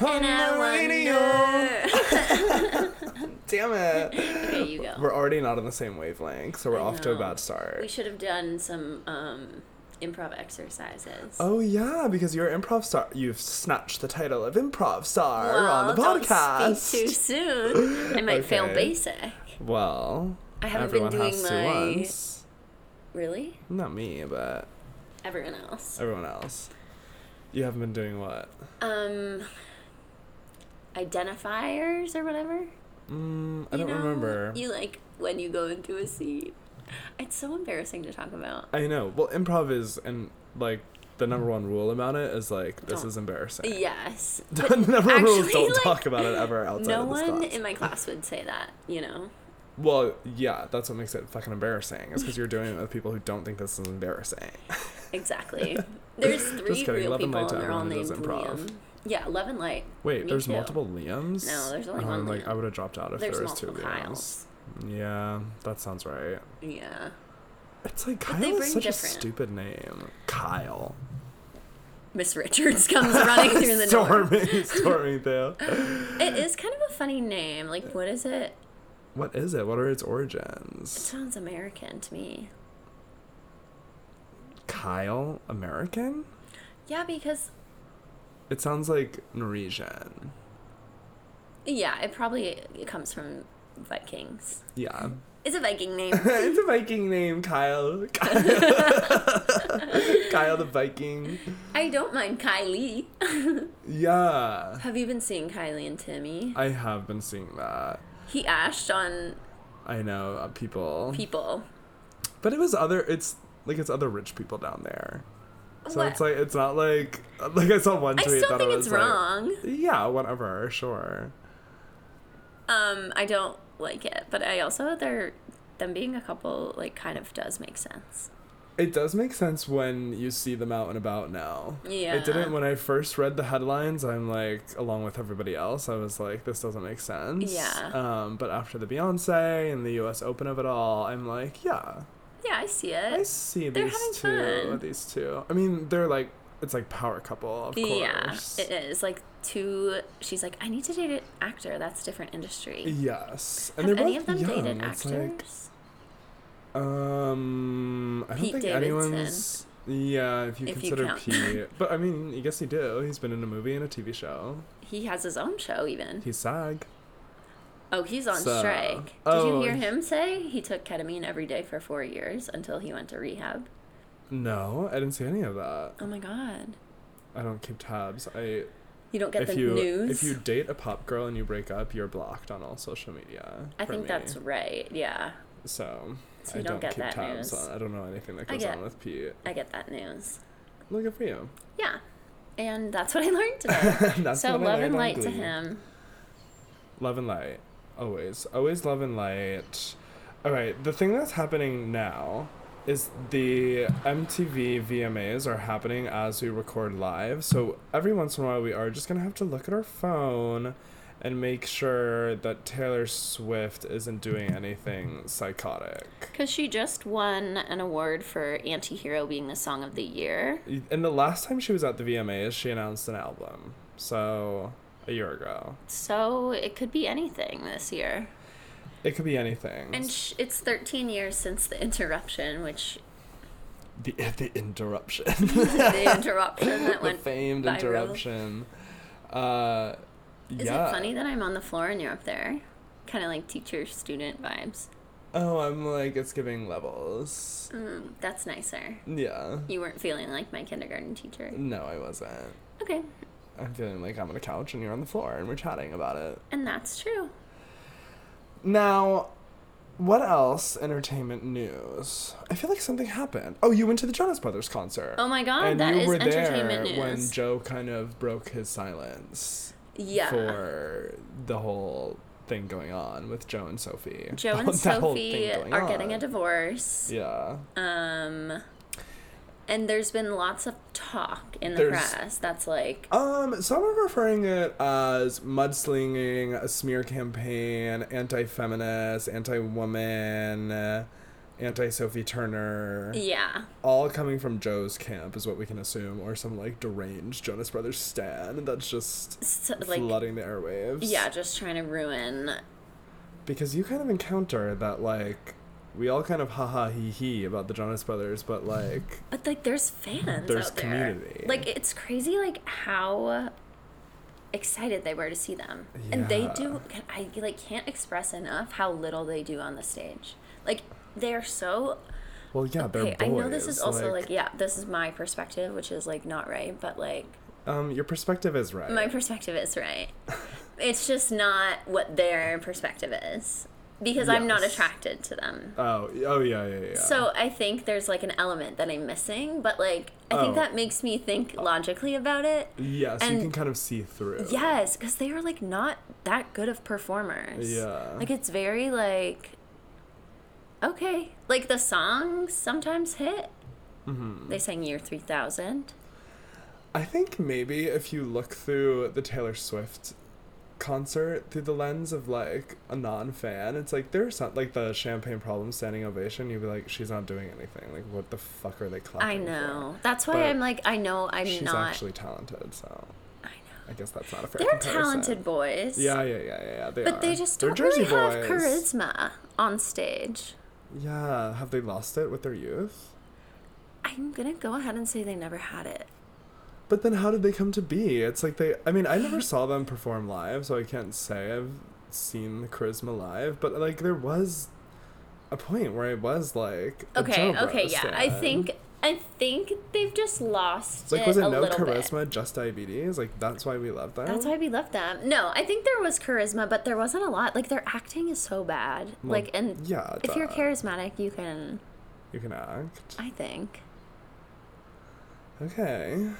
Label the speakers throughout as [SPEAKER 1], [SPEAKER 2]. [SPEAKER 1] On the radio. Damn it.
[SPEAKER 2] okay, you go.
[SPEAKER 1] We're already not on the same wavelength, so we're
[SPEAKER 2] I
[SPEAKER 1] off to a
[SPEAKER 2] know.
[SPEAKER 1] bad start.
[SPEAKER 2] We should have done some um, improv exercises.
[SPEAKER 1] Oh yeah, because you're an improv star. You've snatched the title of improv star on the
[SPEAKER 2] Well,
[SPEAKER 1] podcast.
[SPEAKER 2] Don't speak too soon. I might fail
[SPEAKER 1] Okay.
[SPEAKER 2] basic.
[SPEAKER 1] Well,
[SPEAKER 2] I haven't been
[SPEAKER 1] everyone
[SPEAKER 2] doing
[SPEAKER 1] has to
[SPEAKER 2] my-
[SPEAKER 1] once.
[SPEAKER 2] Really?
[SPEAKER 1] Not me, but
[SPEAKER 2] Everyone else?
[SPEAKER 1] everyone else. You haven't been doing what?
[SPEAKER 2] Um, identifiers or whatever.
[SPEAKER 1] Mm, I
[SPEAKER 2] You
[SPEAKER 1] don't
[SPEAKER 2] know,
[SPEAKER 1] remember.
[SPEAKER 2] You like when you go into a seat. It's so embarrassing to talk about.
[SPEAKER 1] I know. Well, improv is and like the number one rule about it is like this
[SPEAKER 2] Mm. Don't.
[SPEAKER 1] is embarrassing.
[SPEAKER 2] Yes.
[SPEAKER 1] the number one rule is
[SPEAKER 2] actually,
[SPEAKER 1] don't
[SPEAKER 2] like,
[SPEAKER 1] talk about it ever outside
[SPEAKER 2] no
[SPEAKER 1] of this
[SPEAKER 2] one
[SPEAKER 1] class.
[SPEAKER 2] in my class would say that, you know?
[SPEAKER 1] well, yeah, that's what makes it fucking embarrassing. It's because you're doing it with people who don't think this is embarrassing.
[SPEAKER 2] Exactly. There's three
[SPEAKER 1] kidding,
[SPEAKER 2] real
[SPEAKER 1] Love and
[SPEAKER 2] people
[SPEAKER 1] Light's
[SPEAKER 2] and they're all
[SPEAKER 1] everyone who
[SPEAKER 2] named
[SPEAKER 1] does improv.
[SPEAKER 2] Liam. Yeah, Love and Light.
[SPEAKER 1] Wait,
[SPEAKER 2] Me
[SPEAKER 1] there's
[SPEAKER 2] too.
[SPEAKER 1] multiple Liams.
[SPEAKER 2] No, there's only
[SPEAKER 1] Oh,
[SPEAKER 2] one
[SPEAKER 1] Like
[SPEAKER 2] Liam.
[SPEAKER 1] I would have dropped out if
[SPEAKER 2] There's
[SPEAKER 1] there was two
[SPEAKER 2] multiple
[SPEAKER 1] Liams.
[SPEAKER 2] Kyles.
[SPEAKER 1] Yeah, that sounds right.
[SPEAKER 2] Yeah.
[SPEAKER 1] It's like
[SPEAKER 2] they
[SPEAKER 1] Kyle is
[SPEAKER 2] bring
[SPEAKER 1] such a
[SPEAKER 2] different-
[SPEAKER 1] stupid name. Kyle.
[SPEAKER 2] Miss Richards comes running through the door.
[SPEAKER 1] Stormy, Stormy Thale.
[SPEAKER 2] It is kind of a funny name. Like, what is it?
[SPEAKER 1] What is it? What are its origins?
[SPEAKER 2] Sounds American to me.
[SPEAKER 1] Kyle, American?
[SPEAKER 2] Yeah, because
[SPEAKER 1] It sounds like Norwegian.
[SPEAKER 2] yeah, it probably it comes from Vikings.
[SPEAKER 1] Yeah.
[SPEAKER 2] It's a Viking name.
[SPEAKER 1] it's a Viking name, Kyle. Kyle, Kyle the Viking.
[SPEAKER 2] I don't mind Kylie.
[SPEAKER 1] Yeah.
[SPEAKER 2] Have you been seeing Kylie and Timmy?
[SPEAKER 1] I have been seeing that.
[SPEAKER 2] He ashed on
[SPEAKER 1] I know uh, people.
[SPEAKER 2] people.
[SPEAKER 1] But it was other. It's like it's other rich people down there. So
[SPEAKER 2] What?
[SPEAKER 1] it's like it's not like like I saw one
[SPEAKER 2] I
[SPEAKER 1] tweet that
[SPEAKER 2] still think
[SPEAKER 1] I
[SPEAKER 2] it's
[SPEAKER 1] was like,
[SPEAKER 2] wrong.
[SPEAKER 1] yeah, whatever, sure.
[SPEAKER 2] Um, I don't like it, but I also they're them being a couple like kind of does make sense.
[SPEAKER 1] It does make sense when you see them out and about now.
[SPEAKER 2] Yeah.
[SPEAKER 1] It didn't when I first read the headlines. I'm like, along with everybody else, I was like, this doesn't make sense.
[SPEAKER 2] Yeah.
[SPEAKER 1] Um, but after the Beyonce and the U.S. Open of it all, I'm like, yeah,
[SPEAKER 2] Yeah, I see
[SPEAKER 1] I
[SPEAKER 2] it.
[SPEAKER 1] see
[SPEAKER 2] Uh, They're
[SPEAKER 1] these two.
[SPEAKER 2] having fun.
[SPEAKER 1] These two. I mean, they're like, it's like power couple, of course.
[SPEAKER 2] Yeah, it is like two. She's like, I need to date an actor. That's a different industry.
[SPEAKER 1] Yes. And
[SPEAKER 2] Have
[SPEAKER 1] they're
[SPEAKER 2] any of
[SPEAKER 1] both
[SPEAKER 2] them
[SPEAKER 1] young.
[SPEAKER 2] dated
[SPEAKER 1] It's like,
[SPEAKER 2] actors?
[SPEAKER 1] Um, I don't
[SPEAKER 2] Pete
[SPEAKER 1] think
[SPEAKER 2] Davidson.
[SPEAKER 1] anyone's. Yeah, if you
[SPEAKER 2] If you
[SPEAKER 1] consider
[SPEAKER 2] count.
[SPEAKER 1] Pete, but I mean, I guess he do. He's been in a movie and a TV show.
[SPEAKER 2] he has his own show even.
[SPEAKER 1] He's SAG.
[SPEAKER 2] Oh, he's on
[SPEAKER 1] So-
[SPEAKER 2] strike. Did
[SPEAKER 1] oh,
[SPEAKER 2] you hear
[SPEAKER 1] he-
[SPEAKER 2] him say he took ketamine every day for four years until he went to rehab?
[SPEAKER 1] No, I didn't see any of that.
[SPEAKER 2] Oh my god.
[SPEAKER 1] I don't keep tabs. I
[SPEAKER 2] You don't get
[SPEAKER 1] if
[SPEAKER 2] the
[SPEAKER 1] you
[SPEAKER 2] news?
[SPEAKER 1] if you date a pop girl and you break up, you're blocked on all social media.
[SPEAKER 2] I
[SPEAKER 1] for
[SPEAKER 2] think
[SPEAKER 1] me.
[SPEAKER 2] that's right. Yeah.
[SPEAKER 1] so.
[SPEAKER 2] So
[SPEAKER 1] I
[SPEAKER 2] you don't
[SPEAKER 1] don't
[SPEAKER 2] get
[SPEAKER 1] keep
[SPEAKER 2] that
[SPEAKER 1] tabs
[SPEAKER 2] news.
[SPEAKER 1] on. I don't know anything that
[SPEAKER 2] I
[SPEAKER 1] goes
[SPEAKER 2] get-
[SPEAKER 1] on with Pete.
[SPEAKER 2] I get that news.
[SPEAKER 1] Look at you.
[SPEAKER 2] Yeah. And that's what I learned today.
[SPEAKER 1] that's
[SPEAKER 2] so
[SPEAKER 1] what I
[SPEAKER 2] love and
[SPEAKER 1] learned on
[SPEAKER 2] light to
[SPEAKER 1] Glee.
[SPEAKER 2] him.
[SPEAKER 1] Love and light. Always. Always love and light. Alright, the thing that's happening now is the MTV VMAs are happening as we record live. So every once in a while we are just gonna have to look at our phone and make sure that Taylor Swift isn't doing anything psychotic.
[SPEAKER 2] Because she just won an award for Antihero being the song of the year.
[SPEAKER 1] And the last time she was at the VMAs, she announced an album. So a year ago.
[SPEAKER 2] So it could be anything this year.
[SPEAKER 1] It could be anything.
[SPEAKER 2] And sh- it's 13 years since the interruption, which
[SPEAKER 1] the the interruption.
[SPEAKER 2] the interruption that
[SPEAKER 1] the
[SPEAKER 2] went
[SPEAKER 1] famed
[SPEAKER 2] viral.
[SPEAKER 1] interruption. Uh,
[SPEAKER 2] Is
[SPEAKER 1] yeah.
[SPEAKER 2] it funny that I'm on the floor and you're up there? Kind of like teacher student vibes.
[SPEAKER 1] Oh, I'm like it's giving levels.
[SPEAKER 2] Mm, that's nicer.
[SPEAKER 1] Yeah.
[SPEAKER 2] You weren't feeling like my kindergarten teacher.
[SPEAKER 1] No, I wasn't.
[SPEAKER 2] Okay,
[SPEAKER 1] I'm feeling like I'm on a couch and you're on the floor and we're chatting about it.
[SPEAKER 2] and that's true.
[SPEAKER 1] Now, what else entertainment news? I feel like something happened. Oh, you went to the Jonas Brothers concert.
[SPEAKER 2] Oh my god,
[SPEAKER 1] and
[SPEAKER 2] that
[SPEAKER 1] you
[SPEAKER 2] is
[SPEAKER 1] were
[SPEAKER 2] entertainment
[SPEAKER 1] there when
[SPEAKER 2] news.
[SPEAKER 1] Joe kind of broke his silence
[SPEAKER 2] yeah.
[SPEAKER 1] for the whole thing going on with Joe and Sophie.
[SPEAKER 2] Joe
[SPEAKER 1] The
[SPEAKER 2] and
[SPEAKER 1] whole- that whole
[SPEAKER 2] Sophie
[SPEAKER 1] thing going
[SPEAKER 2] are getting a
[SPEAKER 1] on.
[SPEAKER 2] divorce.
[SPEAKER 1] Yeah.
[SPEAKER 2] Um and there's been lots of talk in the
[SPEAKER 1] There's-
[SPEAKER 2] press that's like
[SPEAKER 1] Um, some are referring it as mudslinging, a smear campaign, anti feminist, anti woman, anti Sophie Turner,
[SPEAKER 2] Yeah.
[SPEAKER 1] all coming from Joe's camp is what we can assume, or some like deranged Jonas Brothers stan that's just
[SPEAKER 2] So, like,
[SPEAKER 1] flooding the airwaves.
[SPEAKER 2] yeah, just trying to ruin.
[SPEAKER 1] because you kind of encounter that like we all kind of haha hee hee about the Jonas Brothers, but like
[SPEAKER 2] But like, there's fans.
[SPEAKER 1] There's
[SPEAKER 2] out there.
[SPEAKER 1] community.
[SPEAKER 2] Like, it's crazy. Like how excited they were to see them, and they
[SPEAKER 1] Yeah.
[SPEAKER 2] do. I like can't express enough how little they do on the stage. Like they're so
[SPEAKER 1] well yeah they're
[SPEAKER 2] Okay,
[SPEAKER 1] boys.
[SPEAKER 2] I know this is also like, yeah, this is my perspective, which is like not right, but like
[SPEAKER 1] um your perspective is right.
[SPEAKER 2] my perspective is right. it's just not what their perspective is because I'm not
[SPEAKER 1] Yes.
[SPEAKER 2] attracted to them.
[SPEAKER 1] oh oh yeah yeah yeah.
[SPEAKER 2] So I think there's like an element that I'm missing, but like I
[SPEAKER 1] Oh.
[SPEAKER 2] think that makes me think logically about it.
[SPEAKER 1] yes, you
[SPEAKER 2] and-
[SPEAKER 1] can kind of see through.
[SPEAKER 2] Yes, because they are like not that good of performers.
[SPEAKER 1] Yeah.
[SPEAKER 2] Like it's very like okay, like the songs sometimes hit. Mm-hmm. They sang "Year 3000."
[SPEAKER 1] I think maybe if you look through the Taylor Swift concert through the lens of like a non-fan, it's like there's some like the champagne problem standing ovation. You'd be like, she's not doing anything. Like, what the fuck are they clapping?
[SPEAKER 2] I
[SPEAKER 1] for?
[SPEAKER 2] know. That's why
[SPEAKER 1] But
[SPEAKER 2] I'm like, I know I'm
[SPEAKER 1] She's
[SPEAKER 2] not.
[SPEAKER 1] actually talented, so
[SPEAKER 2] I know.
[SPEAKER 1] I guess that's not a fair.
[SPEAKER 2] They're
[SPEAKER 1] comparison.
[SPEAKER 2] talented boys.
[SPEAKER 1] Yeah, yeah, yeah, yeah. yeah, They
[SPEAKER 2] But they
[SPEAKER 1] are.
[SPEAKER 2] just
[SPEAKER 1] They're
[SPEAKER 2] don't really
[SPEAKER 1] Jersey
[SPEAKER 2] have
[SPEAKER 1] boys.
[SPEAKER 2] charisma on stage.
[SPEAKER 1] Yeah, have they lost it with their youth?
[SPEAKER 2] I'm gonna go ahead and say they never had it.
[SPEAKER 1] But then how did they come to be? It's like they I mean, I never saw them perform live, so I can't say I've seen the charisma live, but like there was a point where it was like a
[SPEAKER 2] Okay,
[SPEAKER 1] Joe
[SPEAKER 2] okay,
[SPEAKER 1] Bros
[SPEAKER 2] yeah. I
[SPEAKER 1] stand.
[SPEAKER 2] think I think they've just
[SPEAKER 1] It's
[SPEAKER 2] lost
[SPEAKER 1] like
[SPEAKER 2] it
[SPEAKER 1] was it
[SPEAKER 2] a
[SPEAKER 1] no
[SPEAKER 2] little bit.
[SPEAKER 1] charisma, just diabetes? Like that's why we love them.
[SPEAKER 2] That's why we love them. No, I think there was charisma, but there wasn't a lot. Like their acting is so bad.
[SPEAKER 1] Well,
[SPEAKER 2] like and
[SPEAKER 1] yeah,
[SPEAKER 2] if you're
[SPEAKER 1] duh.
[SPEAKER 2] charismatic, you can.
[SPEAKER 1] you can act.
[SPEAKER 2] I think,
[SPEAKER 1] Okay.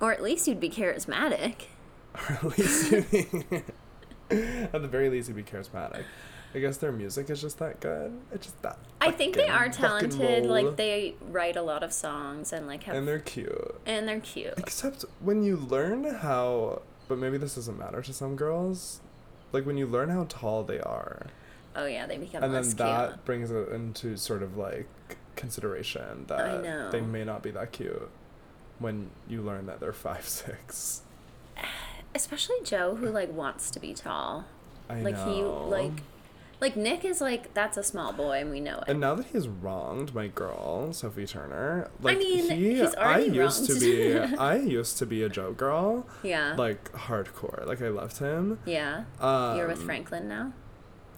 [SPEAKER 2] or at least you'd be charismatic.
[SPEAKER 1] Or at least you be- at the very least you'd be charismatic. I guess their music is just that good. It's just that.
[SPEAKER 2] I think they
[SPEAKER 1] fucking
[SPEAKER 2] are
[SPEAKER 1] rock and
[SPEAKER 2] talented.
[SPEAKER 1] roll.
[SPEAKER 2] Like they write a lot of songs and like have
[SPEAKER 1] and they're cute.
[SPEAKER 2] and they're cute.
[SPEAKER 1] Except when you learn how, but maybe this doesn't matter to some girls, like when you learn how tall they are,
[SPEAKER 2] Oh yeah, they become
[SPEAKER 1] and then
[SPEAKER 2] less
[SPEAKER 1] that brings it into sort of like consideration that they
[SPEAKER 2] know.
[SPEAKER 1] may not be that cute when you learn that they're five six.
[SPEAKER 2] cute. Especially Joe, who like wants to be tall.
[SPEAKER 1] I
[SPEAKER 2] like
[SPEAKER 1] know.
[SPEAKER 2] he like, like Nick is like that's a small boy, and we know it.
[SPEAKER 1] And now that he's wronged my girl, Sophie Turner, like
[SPEAKER 2] mean,
[SPEAKER 1] he,
[SPEAKER 2] he's
[SPEAKER 1] I
[SPEAKER 2] already
[SPEAKER 1] used to be,
[SPEAKER 2] wronged. Uh-huh.
[SPEAKER 1] I used to be a Joe girl,
[SPEAKER 2] yeah.
[SPEAKER 1] like hardcore. Like I loved him.
[SPEAKER 2] yeah.
[SPEAKER 1] Um,
[SPEAKER 2] You're with Franklin now.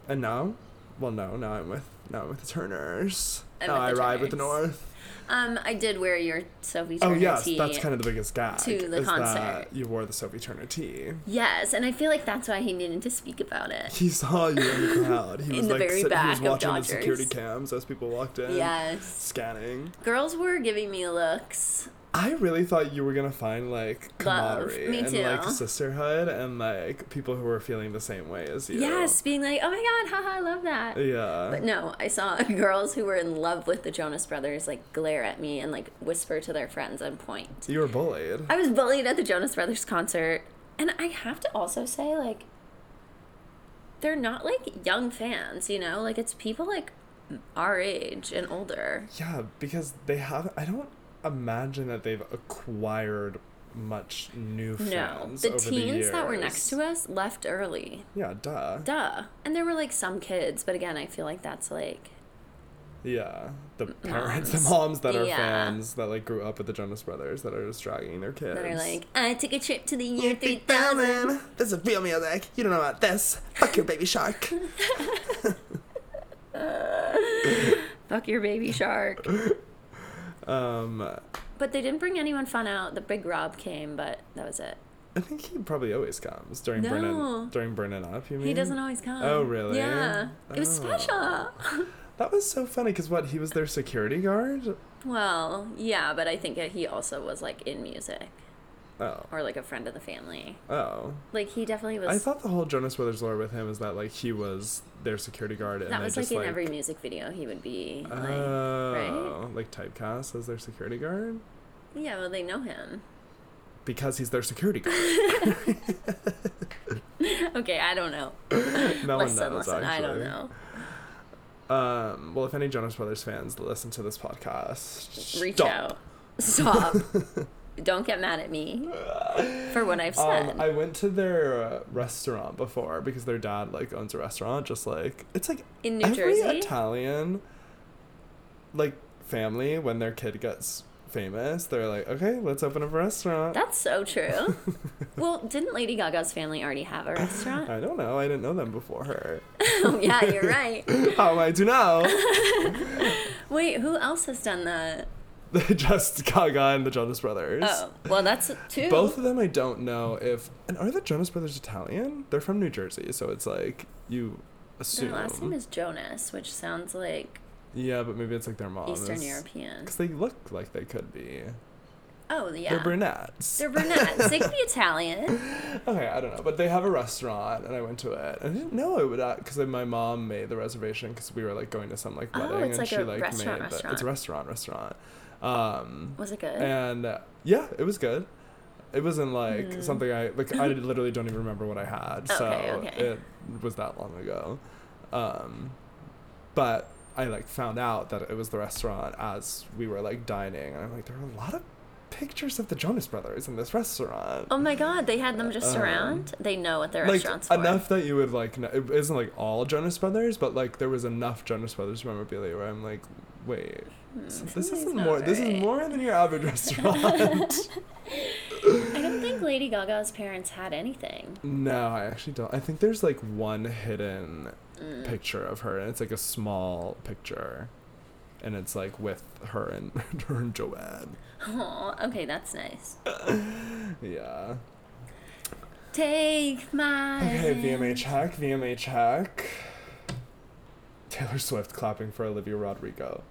[SPEAKER 1] And now, well, no, now I'm with now I'm with the Turners.
[SPEAKER 2] I'm
[SPEAKER 1] now
[SPEAKER 2] with
[SPEAKER 1] I
[SPEAKER 2] the
[SPEAKER 1] ride with the
[SPEAKER 2] Turners.
[SPEAKER 1] North.
[SPEAKER 2] Um, I did wear your Sophie
[SPEAKER 1] Oh
[SPEAKER 2] Turner
[SPEAKER 1] yes,
[SPEAKER 2] tee.
[SPEAKER 1] that's kind of the biggest gag.
[SPEAKER 2] to the
[SPEAKER 1] is that
[SPEAKER 2] concert.
[SPEAKER 1] you wore the Sophie Turner tee.
[SPEAKER 2] Yes, and I feel like that's why he needed to speak about it.
[SPEAKER 1] He saw you in the crowd. He was
[SPEAKER 2] the
[SPEAKER 1] like
[SPEAKER 2] very
[SPEAKER 1] sit- he
[SPEAKER 2] back
[SPEAKER 1] was
[SPEAKER 2] of
[SPEAKER 1] watching the
[SPEAKER 2] Dodgers.
[SPEAKER 1] security cams as people walked in.
[SPEAKER 2] Yes.
[SPEAKER 1] Scanning.
[SPEAKER 2] Girls were giving me looks.
[SPEAKER 1] I really thought you were gonna find like
[SPEAKER 2] Love.
[SPEAKER 1] camaraderie
[SPEAKER 2] Me
[SPEAKER 1] and
[SPEAKER 2] too.
[SPEAKER 1] like sisterhood and like people who were feeling the same way as you.
[SPEAKER 2] Yes, being like, oh my god, haha, I love that.
[SPEAKER 1] Yeah.
[SPEAKER 2] But no, I saw girls who were in love with the Jonas Brothers like glare at me and like whisper to their friends and point.
[SPEAKER 1] you were bullied.
[SPEAKER 2] I was bullied at the Jonas Brothers concert, and I have to also say like they're not like young fans, you know? Like it's people like our age and older.
[SPEAKER 1] Yeah, because they have. I don't imagine that they've acquired much new
[SPEAKER 2] No,
[SPEAKER 1] fans.
[SPEAKER 2] the
[SPEAKER 1] over
[SPEAKER 2] teens that were
[SPEAKER 1] years.
[SPEAKER 2] next to us left early.
[SPEAKER 1] Yeah, duh.
[SPEAKER 2] Duh. And there were like some kids, but again, I feel like that's like
[SPEAKER 1] Yeah, the parents, the moms that are
[SPEAKER 2] Yeah.
[SPEAKER 1] fans that like grew up with the Jonas Brothers that are just dragging their kids.
[SPEAKER 2] that are like, I took a trip to the year 3000.
[SPEAKER 1] This is real music. You don't know about this. Fuck your baby shark.
[SPEAKER 2] Fuck your baby shark.
[SPEAKER 1] um,
[SPEAKER 2] But they didn't bring anyone fun out. The big Rob came, but that was it.
[SPEAKER 1] I think he probably always comes during
[SPEAKER 2] No.
[SPEAKER 1] burning during burning up. You mean
[SPEAKER 2] He doesn't always come.
[SPEAKER 1] Oh, really?
[SPEAKER 2] Yeah. It was
[SPEAKER 1] Oh.
[SPEAKER 2] special.
[SPEAKER 1] That was so funny because what he was their security guard.
[SPEAKER 2] well, yeah, but I think he also was like in music
[SPEAKER 1] Oh,
[SPEAKER 2] or like a friend of the family.
[SPEAKER 1] oh.
[SPEAKER 2] Like he definitely was.
[SPEAKER 1] I thought the whole Jonas Brothers lore with him is that like he was their security guard and
[SPEAKER 2] that
[SPEAKER 1] they
[SPEAKER 2] was like
[SPEAKER 1] just
[SPEAKER 2] in
[SPEAKER 1] like
[SPEAKER 2] every music video he would be like,
[SPEAKER 1] oh, like typecast as their security guard
[SPEAKER 2] yeah, well, they know him.
[SPEAKER 1] because he's their security guard.
[SPEAKER 2] Okay, I don't know.
[SPEAKER 1] No
[SPEAKER 2] listen,
[SPEAKER 1] one knows.
[SPEAKER 2] listen,
[SPEAKER 1] actually.
[SPEAKER 2] I don't know.
[SPEAKER 1] Um, well, if any Jonas Brothers fans listen to this podcast,
[SPEAKER 2] Reach
[SPEAKER 1] stop.
[SPEAKER 2] out. Stop. Don't get mad at me for what I've said.
[SPEAKER 1] Um, I went to their uh, restaurant before because their dad like owns a restaurant. Just like it's like
[SPEAKER 2] In New
[SPEAKER 1] every
[SPEAKER 2] Jersey?
[SPEAKER 1] Italian like family when their kid gets famous, they're like, okay, let's open up a restaurant.
[SPEAKER 2] That's so true. well, didn't Lady Gaga's family already have a restaurant?
[SPEAKER 1] I don't know. I didn't know them before her.
[SPEAKER 2] oh, yeah, you're right.
[SPEAKER 1] How am I to know? Oh.
[SPEAKER 2] Wait, who else has done that?
[SPEAKER 1] just Gaga and the Jonas Brothers.
[SPEAKER 2] Oh, well, that's two.
[SPEAKER 1] Both of them, I don't know if. And are the Jonas Brothers Italian? They're from New Jersey, so it's like you
[SPEAKER 2] Their
[SPEAKER 1] assume.
[SPEAKER 2] last name is Jonas, which sounds like
[SPEAKER 1] yeah, but maybe it's like their mom.
[SPEAKER 2] Eastern European.
[SPEAKER 1] Because they look like they could be.
[SPEAKER 2] Oh, yeah.
[SPEAKER 1] They're brunettes.
[SPEAKER 2] They're brunettes. they could be Italian.
[SPEAKER 1] okay, I don't know, but they have a restaurant, and I went to it. I didn't know it would because my mom made the reservation because we were like going to some like
[SPEAKER 2] Oh,
[SPEAKER 1] wedding, and
[SPEAKER 2] it's like
[SPEAKER 1] she
[SPEAKER 2] a
[SPEAKER 1] like
[SPEAKER 2] restaurant,
[SPEAKER 1] made the, it's a restaurant restaurant. Um,
[SPEAKER 2] Was it good?
[SPEAKER 1] and uh, yeah, it was good. It wasn't like something I like. I literally don't even remember what I had, so
[SPEAKER 2] Hmm. Okay, okay.
[SPEAKER 1] it was that long ago. Um, but I like found out that it was the restaurant as we were like dining, and I'm like, there are a lot of pictures of the Jonas Brothers in this restaurant.
[SPEAKER 2] oh my god, they had them just
[SPEAKER 1] Um,
[SPEAKER 2] around? They know what their
[SPEAKER 1] like
[SPEAKER 2] restaurant's for.
[SPEAKER 1] enough that you would like. Know, it isn't like all Jonas Brothers, but like there was enough Jonas Brothers memorabilia where I'm like, wait, so this
[SPEAKER 2] something's
[SPEAKER 1] isn't
[SPEAKER 2] Hmm. not
[SPEAKER 1] more. This
[SPEAKER 2] right.
[SPEAKER 1] is more than your average restaurant.
[SPEAKER 2] I don't think Lady Gaga's parents had anything.
[SPEAKER 1] No, I actually don't. I think there's like one hidden
[SPEAKER 2] Hmm.
[SPEAKER 1] picture of her, and it's like a small picture, and it's like with her and her and Joanne.
[SPEAKER 2] Oh, okay, that's nice.
[SPEAKER 1] Yeah.
[SPEAKER 2] Take my.
[SPEAKER 1] Okay,
[SPEAKER 2] hand.
[SPEAKER 1] VMA check. VMA check. Taylor Swift clapping for Olivia Rodrigo.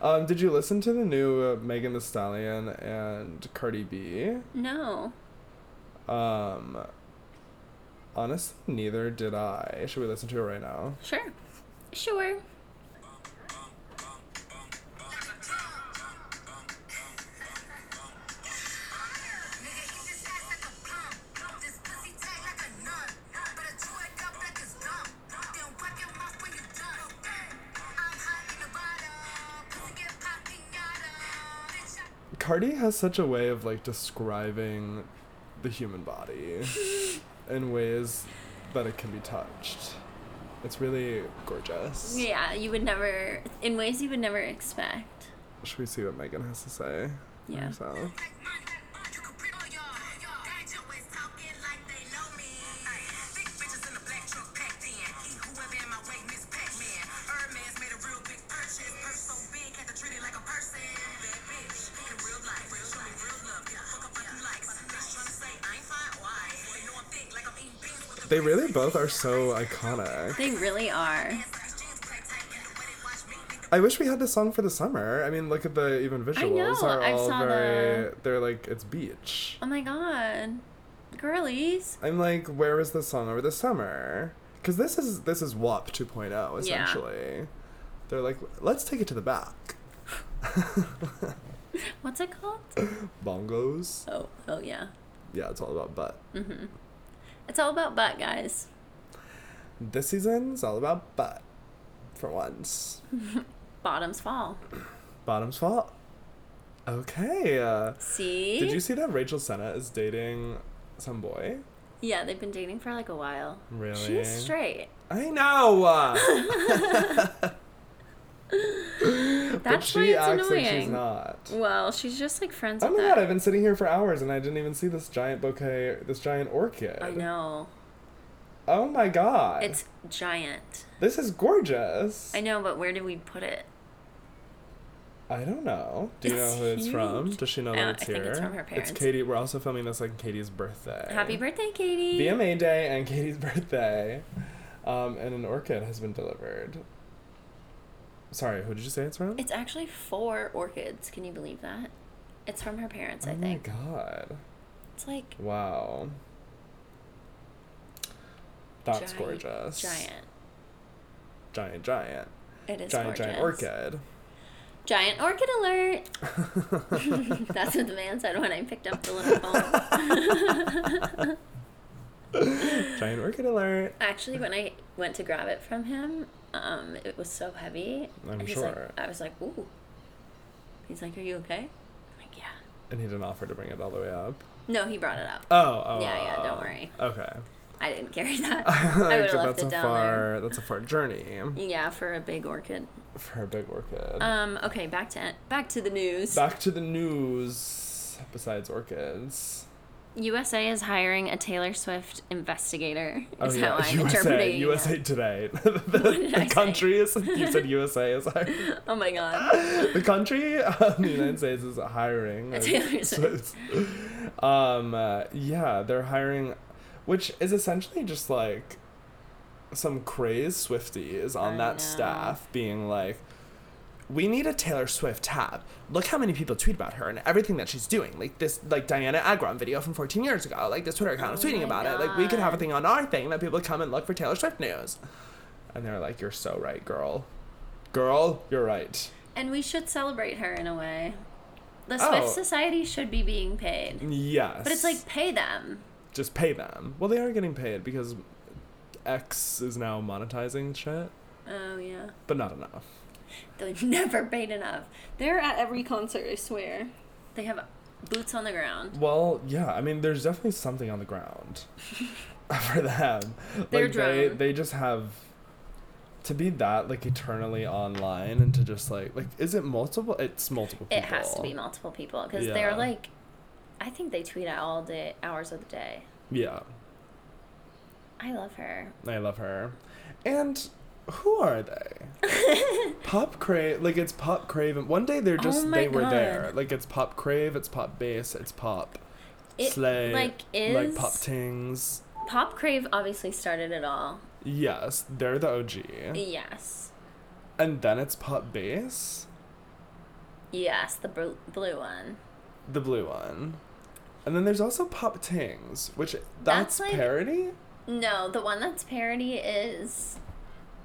[SPEAKER 1] um, did you listen to the new uh, Megan The Stallion and Cardi B?
[SPEAKER 2] No.
[SPEAKER 1] Um, honestly, neither did I. Should we listen to it right now?
[SPEAKER 2] Sure. Sure.
[SPEAKER 1] Cardi has such a way of like describing the human body in ways that it can be touched. It's really gorgeous.
[SPEAKER 2] Yeah, you would never, in ways you would never expect.
[SPEAKER 1] Should we see what Megan has to say?
[SPEAKER 2] Yeah.
[SPEAKER 1] herself? They really both are so iconic.
[SPEAKER 2] They really are.
[SPEAKER 1] I wish we had this song for the summer. I mean, look at the even visuals
[SPEAKER 2] know,
[SPEAKER 1] are
[SPEAKER 2] I
[SPEAKER 1] all
[SPEAKER 2] saw
[SPEAKER 1] very. They're like it's beach.
[SPEAKER 2] Oh my god. Girlies.
[SPEAKER 1] I'm like, where was the song over the summer? Because this is this is WAP 2.0
[SPEAKER 2] Yeah.
[SPEAKER 1] essentially. They're like, let's take it to the back.
[SPEAKER 2] What's it called?
[SPEAKER 1] Bongos.
[SPEAKER 2] Oh, oh yeah. Mm-hmm.
[SPEAKER 1] Yeah, it's all about butt.
[SPEAKER 2] It's all about butt, guys.
[SPEAKER 1] This season's all about butt, for once.
[SPEAKER 2] Bottoms fall.
[SPEAKER 1] Bottoms fall. Okay. Uh,
[SPEAKER 2] See?
[SPEAKER 1] did you see that Rachel Senna is dating some boy?
[SPEAKER 2] Yeah, they've been dating for like a while.
[SPEAKER 1] Really?
[SPEAKER 2] She's straight.
[SPEAKER 1] I know. uh, but
[SPEAKER 2] That's why
[SPEAKER 1] she
[SPEAKER 2] it's
[SPEAKER 1] acts
[SPEAKER 2] annoying.
[SPEAKER 1] like she's not.
[SPEAKER 2] Well, she's just like friends
[SPEAKER 1] Oh my
[SPEAKER 2] with
[SPEAKER 1] god,
[SPEAKER 2] that.
[SPEAKER 1] I've been sitting here for hours and I didn't even see this giant bouquet, this giant orchid.
[SPEAKER 2] I know.
[SPEAKER 1] Oh my god.
[SPEAKER 2] It's giant.
[SPEAKER 1] this is gorgeous.
[SPEAKER 2] I know, but where did we put it?
[SPEAKER 1] I don't know. Do you
[SPEAKER 2] It's
[SPEAKER 1] know who it's from?
[SPEAKER 2] huge.
[SPEAKER 1] Does she know
[SPEAKER 2] Uh,
[SPEAKER 1] that it's
[SPEAKER 2] I
[SPEAKER 1] here?
[SPEAKER 2] think it's from her parents.
[SPEAKER 1] Katie. We're also filming this on Katie's birthday.
[SPEAKER 2] Happy birthday, Katie.
[SPEAKER 1] BMA Day and Katie's birthday. Um, and an orchid has been delivered. Sorry, who did you say it's from?
[SPEAKER 2] It's actually four orchids. Can you believe that? It's from her parents,
[SPEAKER 1] oh
[SPEAKER 2] I
[SPEAKER 1] my
[SPEAKER 2] think.
[SPEAKER 1] god.
[SPEAKER 2] It's like
[SPEAKER 1] Wow. That's
[SPEAKER 2] giant-
[SPEAKER 1] gorgeous.
[SPEAKER 2] Giant.
[SPEAKER 1] Giant, giant.
[SPEAKER 2] It is
[SPEAKER 1] giant, giant
[SPEAKER 2] gorgeous.
[SPEAKER 1] orchid.
[SPEAKER 2] Giant orchid alert. That's what the man said when I picked up the little phone.
[SPEAKER 1] Giant orchid alert.
[SPEAKER 2] Actually, when I went to grab it from him, um, it was so heavy.
[SPEAKER 1] I'm
[SPEAKER 2] and he's
[SPEAKER 1] sure.
[SPEAKER 2] Like, I was like, ooh. He's like, are you okay? I'm like, yeah.
[SPEAKER 1] And he didn't offer to bring it all the way up.
[SPEAKER 2] No, he brought it up.
[SPEAKER 1] Oh, oh.
[SPEAKER 2] Yeah, yeah, don't
[SPEAKER 1] oh.
[SPEAKER 2] worry.
[SPEAKER 1] Okay.
[SPEAKER 2] I didn't carry that. I would
[SPEAKER 1] Like,
[SPEAKER 2] have left
[SPEAKER 1] that's
[SPEAKER 2] it
[SPEAKER 1] a
[SPEAKER 2] down
[SPEAKER 1] far that's a far journey
[SPEAKER 2] there. Yeah, for a big orchid.
[SPEAKER 1] for a big orchid.
[SPEAKER 2] Um, okay, back to back to the news.
[SPEAKER 1] Back to the news besides orchids.
[SPEAKER 2] USA is hiring a Taylor Swift investigator.
[SPEAKER 1] Oh,
[SPEAKER 2] Is
[SPEAKER 1] yeah,
[SPEAKER 2] how I'm
[SPEAKER 1] USA,
[SPEAKER 2] interpreting. it.
[SPEAKER 1] USA Today. the
[SPEAKER 2] did I
[SPEAKER 1] the
[SPEAKER 2] say?
[SPEAKER 1] country is you said USA is hiring.
[SPEAKER 2] Oh my god.
[SPEAKER 1] the country uh, the United States is hiring.
[SPEAKER 2] A Taylor
[SPEAKER 1] it's-
[SPEAKER 2] Swift.
[SPEAKER 1] um uh, yeah, they're hiring which is essentially just like some crazed Swifty is on
[SPEAKER 2] I
[SPEAKER 1] that
[SPEAKER 2] know.
[SPEAKER 1] staff being like we need a Taylor Swift tab. Look how many people tweet about her and everything that she's doing. Like this, like Diana Agron video from 14 years ago. Like this Twitter account is
[SPEAKER 2] Oh
[SPEAKER 1] tweeting
[SPEAKER 2] my
[SPEAKER 1] about it. Like we could have a
[SPEAKER 2] God.
[SPEAKER 1] thing on our thing that people come and look for Taylor Swift news. And they're like, "You're so right, girl. Girl, you're right."
[SPEAKER 2] And we should celebrate her in a way. The
[SPEAKER 1] Oh.
[SPEAKER 2] Swift Society should be being paid.
[SPEAKER 1] Yes.
[SPEAKER 2] But it's like pay them.
[SPEAKER 1] just pay them. Well, they are getting paid because X is now monetizing shit,
[SPEAKER 2] Oh yeah.
[SPEAKER 1] but not enough.
[SPEAKER 2] They've never paid enough. They're at every concert, I swear. They have boots on the ground.
[SPEAKER 1] Well, yeah, I mean, there's definitely something on the ground for them.
[SPEAKER 2] They're
[SPEAKER 1] like they
[SPEAKER 2] drone.
[SPEAKER 1] they just have to be that like eternally online and to just like like is it multiple? It's multiple. People.
[SPEAKER 2] It has to be multiple people because
[SPEAKER 1] Yeah.
[SPEAKER 2] they're like I think they tweet out all day hours of the day.
[SPEAKER 1] Yeah,
[SPEAKER 2] I love her.
[SPEAKER 1] I love her, and. Who are they? pop Crave, like it's Pop Crave. One day they're
[SPEAKER 2] Oh
[SPEAKER 1] just
[SPEAKER 2] my
[SPEAKER 1] they were
[SPEAKER 2] God.
[SPEAKER 1] there. Like it's Pop Crave, it's Pop Bass, it's Pop.
[SPEAKER 2] It
[SPEAKER 1] Slay,
[SPEAKER 2] like is
[SPEAKER 1] like pop tings.
[SPEAKER 2] Pop Crave obviously started it all.
[SPEAKER 1] Yes, they're the OG,
[SPEAKER 2] Yes.
[SPEAKER 1] and then it's pop bass,
[SPEAKER 2] Yes, the bl- blue one.
[SPEAKER 1] the blue one, and then there's also pop tings, which that's,
[SPEAKER 2] That's like-
[SPEAKER 1] parody.
[SPEAKER 2] No, the one that's parody is.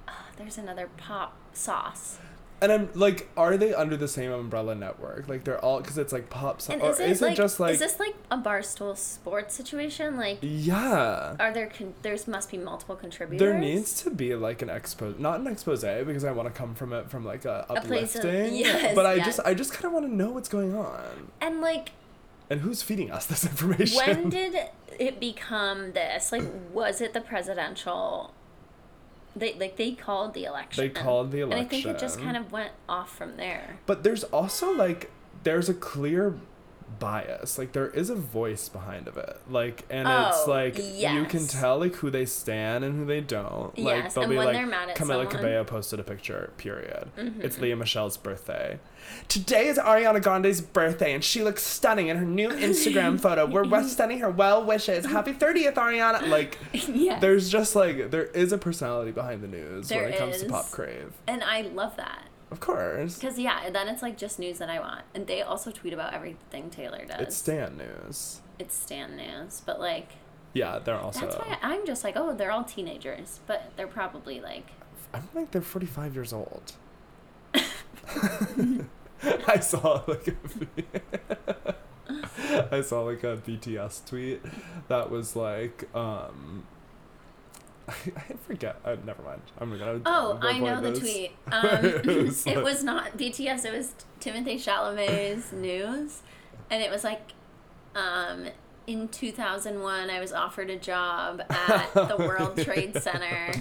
[SPEAKER 2] ah, there's another pop sauce.
[SPEAKER 1] And I'm like, are they under the same umbrella network? Like they're all because it's like pop. So-
[SPEAKER 2] And
[SPEAKER 1] or
[SPEAKER 2] is it, like,
[SPEAKER 1] just like
[SPEAKER 2] Is this like a barstool sports situation? Like,
[SPEAKER 1] yeah?
[SPEAKER 2] are there? Con- there's must be multiple contributors.
[SPEAKER 1] There needs to be like an expose, not an expose, because I want to come from it from like a
[SPEAKER 2] A place
[SPEAKER 1] uplifting.
[SPEAKER 2] of- yes,
[SPEAKER 1] but I
[SPEAKER 2] yes.
[SPEAKER 1] just, I just kind of want to know what's going on
[SPEAKER 2] And like,
[SPEAKER 1] and who's feeding us this information.
[SPEAKER 2] when did it become this? Like, was it the presidential? They like they called the election.
[SPEAKER 1] They called the
[SPEAKER 2] And I think it just
[SPEAKER 1] election.
[SPEAKER 2] kind of went off from there.
[SPEAKER 1] But there's also like there's a clear bias. Like there is a voice behind of it. Like and it's
[SPEAKER 2] Oh,
[SPEAKER 1] like you can
[SPEAKER 2] yes.
[SPEAKER 1] tell like who they stand and who they don't. Like
[SPEAKER 2] Yes, and when they're mad at
[SPEAKER 1] Camila
[SPEAKER 2] someone- Mm-hmm.
[SPEAKER 1] Cabello posted a picture, period. It's Leah Michelle's birthday. Today is Ariana Grande's birthday and she looks stunning in her new Instagram photo. We're wes- sending her well wishes. Happy 30th, Ariana. Like
[SPEAKER 2] yeah.
[SPEAKER 1] there's just like there is a personality behind the news when
[SPEAKER 2] There
[SPEAKER 1] it comes to
[SPEAKER 2] is.
[SPEAKER 1] pop crave.
[SPEAKER 2] And I love that.
[SPEAKER 1] Of course.
[SPEAKER 2] Because, yeah, and then it's like just news that I want. And they also tweet about everything Taylor does.
[SPEAKER 1] It's Stan news.
[SPEAKER 2] it's Stan news, but like
[SPEAKER 1] Yeah, they're also.
[SPEAKER 2] that's why I'm just like, oh, they're all teenagers, but they're probably like,
[SPEAKER 1] I don't think they're 45 years old. I saw like a, I saw like a BTS tweet that was like, um, I, I forget. Uh, never mind. I'm gonna.
[SPEAKER 2] oh, I know
[SPEAKER 1] avoid
[SPEAKER 2] the
[SPEAKER 1] this.
[SPEAKER 2] tweet. Um,
[SPEAKER 1] It
[SPEAKER 2] it,
[SPEAKER 1] was
[SPEAKER 2] was
[SPEAKER 1] like-
[SPEAKER 2] not BTS. It was Timothy Chalamet's news, and it was like, um, in 2001, I was offered a job at the World Trade Center.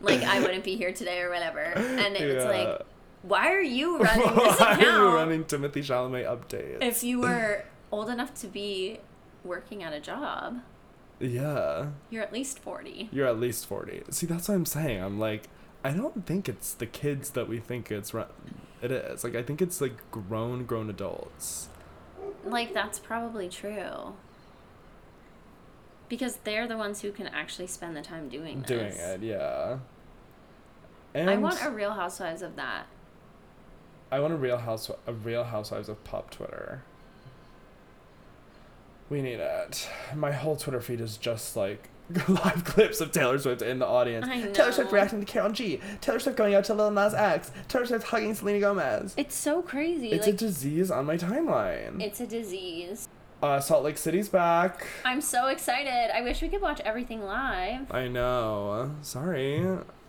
[SPEAKER 2] Like I wouldn't be here today or whatever, and it was
[SPEAKER 1] Yeah.
[SPEAKER 2] like, why are you running this
[SPEAKER 1] Why
[SPEAKER 2] account?
[SPEAKER 1] are you running Timothy Chalamet updates?
[SPEAKER 2] if you were old enough to be working at a job,
[SPEAKER 1] yeah,
[SPEAKER 2] you're at least 40.
[SPEAKER 1] you're at least 40. See, that's what I'm saying. I'm like, I don't think it's the kids that we think it's. Run- it is like I think it's like grown, grown adults.
[SPEAKER 2] Like, that's probably true. Because they're the ones who can actually spend the time doing this.
[SPEAKER 1] doing it yeah and
[SPEAKER 2] I want a Real Housewives of that.
[SPEAKER 1] real house a real housewives of pop twitter we need it my whole twitter feed is just like live clips of taylor swift in the audience
[SPEAKER 2] I
[SPEAKER 1] taylor swift
[SPEAKER 2] know.
[SPEAKER 1] reacting to carol g taylor swift going out to lil nas x taylor swift hugging selena gomez
[SPEAKER 2] It's so crazy.
[SPEAKER 1] it's a
[SPEAKER 2] like,
[SPEAKER 1] disease on my timeline
[SPEAKER 2] it's a disease.
[SPEAKER 1] Uh, Salt Lake City's back.
[SPEAKER 2] I'm so excited. I wish we could watch everything live.
[SPEAKER 1] I know. Sorry.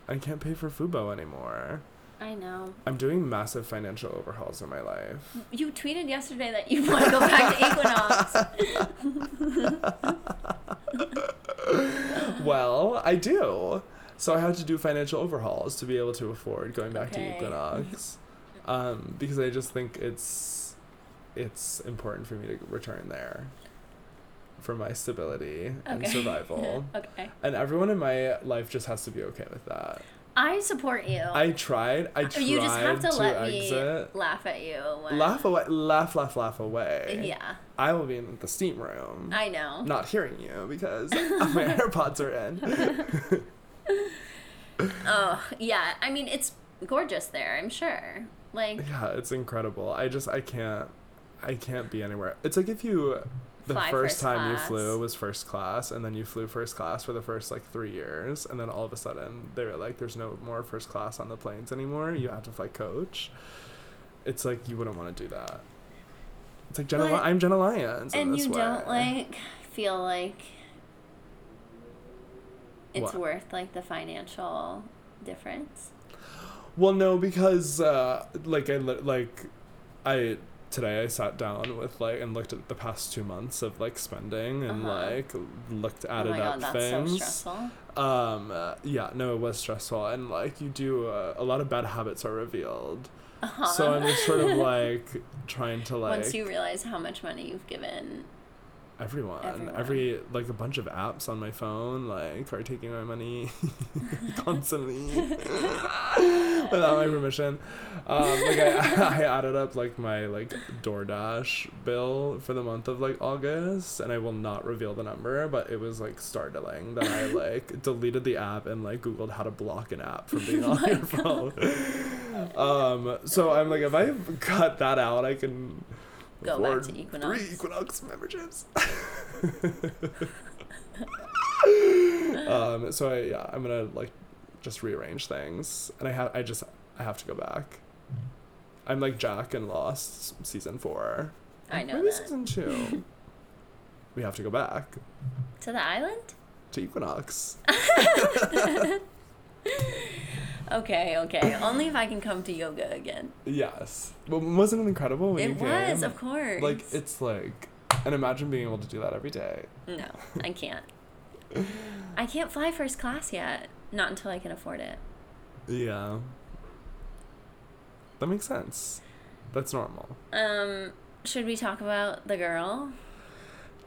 [SPEAKER 1] I can't pay for Fubo anymore.
[SPEAKER 2] I know.
[SPEAKER 1] I'm doing massive financial overhauls in my life.
[SPEAKER 2] You tweeted yesterday that you want to go back to Equinox.
[SPEAKER 1] well, I do. So I had to do financial overhauls to be able to afford going back
[SPEAKER 2] Okay.
[SPEAKER 1] to Equinox. Um, because I just think it's it's important for me to return there for my stability and
[SPEAKER 2] Okay.
[SPEAKER 1] survival.
[SPEAKER 2] okay.
[SPEAKER 1] and everyone in my life just has to be okay with that.
[SPEAKER 2] I support you.
[SPEAKER 1] I tried. I tried
[SPEAKER 2] Oh. you just have to, let
[SPEAKER 1] exit.
[SPEAKER 2] me laugh at you. When,
[SPEAKER 1] Laugh away, laugh, laugh, laugh away.
[SPEAKER 2] Yeah,
[SPEAKER 1] I will be in the steam room,
[SPEAKER 2] I know.
[SPEAKER 1] not hearing you because my AirPods are in.
[SPEAKER 2] Oh, yeah. I mean, it's gorgeous there, I'm sure. Like,
[SPEAKER 1] yeah, it's incredible. I just I can't, I can't be anywhere. It's like if you, the
[SPEAKER 2] Fly
[SPEAKER 1] first
[SPEAKER 2] first
[SPEAKER 1] time you
[SPEAKER 2] class.
[SPEAKER 1] flew was first class, and then you flew first class for the first like three years, and then all of a sudden they were like, "There's no more first class on the planes anymore. You have to fly coach." It's like you wouldn't want to do that. It's like Jenna. Li-
[SPEAKER 2] But-
[SPEAKER 1] I'm Jenna Lyons. in
[SPEAKER 2] and
[SPEAKER 1] this
[SPEAKER 2] you don't,
[SPEAKER 1] way.
[SPEAKER 2] like, feel like it's
[SPEAKER 1] What?
[SPEAKER 2] worth, like, the financial difference.
[SPEAKER 1] Well, no, because uh, like I li- like I today I sat down with like and looked at the past two months of like spending and
[SPEAKER 2] Uh-huh.
[SPEAKER 1] like looked
[SPEAKER 2] Oh
[SPEAKER 1] added
[SPEAKER 2] my god,
[SPEAKER 1] up
[SPEAKER 2] that's so
[SPEAKER 1] things.
[SPEAKER 2] stressful.
[SPEAKER 1] um, uh, yeah, no, it was stressful, and like you do uh, a lot of bad habits are revealed.
[SPEAKER 2] Uh-huh.
[SPEAKER 1] So I'm just sort of like trying to like
[SPEAKER 2] Once you realize how much money you've given,
[SPEAKER 1] everyone,
[SPEAKER 2] Everyone.
[SPEAKER 1] every like a bunch of apps on my phone like are taking my money constantly without my permission. Um, like I, I added up like my like DoorDash bill for the month of like August, and I will not reveal the number, but it was like startling that I like deleted the app and like Googled how to block an app from
[SPEAKER 2] Oh
[SPEAKER 1] being on your phone. Um, so I'm like, if I cut that out, I can
[SPEAKER 2] Go back
[SPEAKER 1] afford
[SPEAKER 2] to Equinox.
[SPEAKER 1] Three Equinox memberships. um, so I, yeah, I'm gonna like just rearrange things, and I have I just I have to go back. I'm like Jack and Lost s- season four.
[SPEAKER 2] I know
[SPEAKER 1] Maybe
[SPEAKER 2] that.
[SPEAKER 1] season two. we have to go back
[SPEAKER 2] to the island?
[SPEAKER 1] to Equinox.
[SPEAKER 2] Okay, okay. Only if I can come to yoga again.
[SPEAKER 1] Yes. Well, wasn't it incredible when
[SPEAKER 2] It
[SPEAKER 1] you came?
[SPEAKER 2] was, of course.
[SPEAKER 1] Like it's like, and imagine being able to do that every day.
[SPEAKER 2] No, I can't. I can't fly first class yet. Not until I can afford it.
[SPEAKER 1] Yeah. That makes sense. That's normal.
[SPEAKER 2] Um, should we talk about the girl?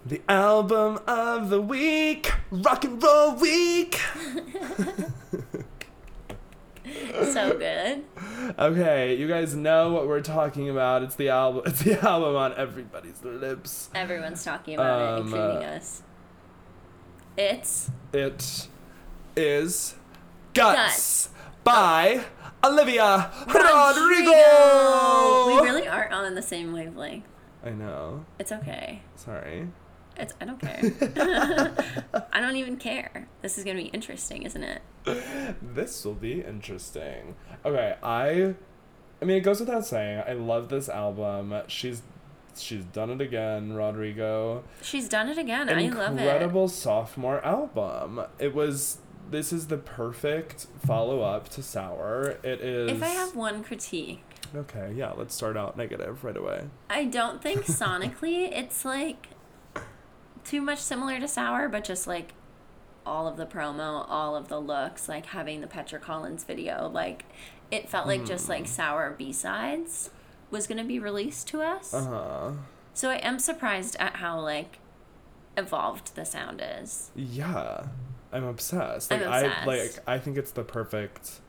[SPEAKER 1] The album of the week, rock and roll week.
[SPEAKER 2] So good.
[SPEAKER 1] Okay, you guys know what we're talking about. It's the album. It's the album on everybody's lips.
[SPEAKER 2] Everyone's talking about it,
[SPEAKER 1] Um,
[SPEAKER 2] including
[SPEAKER 1] uh,
[SPEAKER 2] us. It's
[SPEAKER 1] It is Guts, by Olivia Rodrigo.
[SPEAKER 2] We really aren't on the same wavelength.
[SPEAKER 1] I know.
[SPEAKER 2] It's okay.
[SPEAKER 1] Sorry.
[SPEAKER 2] It's I don't care. I don't even care. This is gonna be interesting, isn't it?
[SPEAKER 1] This will be interesting. Okay, I I mean it goes without saying, I love this album. She's she's done it again, Rodrigo.
[SPEAKER 2] She's done it again. I love it.
[SPEAKER 1] Incredible sophomore album. It was this is the perfect follow up to Sour. It is
[SPEAKER 2] If I have one critique,
[SPEAKER 1] Okay, yeah, let's start out negative right away.
[SPEAKER 2] I don't think sonically it's like too much similar to Sour, but just like all of the promo, all of the looks, like having the Petra Collins video, like it felt like just
[SPEAKER 1] Hmm.
[SPEAKER 2] like Sour B sides was gonna be released to us.
[SPEAKER 1] Uh-huh.
[SPEAKER 2] So I am surprised at how like evolved the sound is.
[SPEAKER 1] Yeah. I'm obsessed. Like
[SPEAKER 2] I'm
[SPEAKER 1] I like
[SPEAKER 2] obsessed.
[SPEAKER 1] I think it's the perfect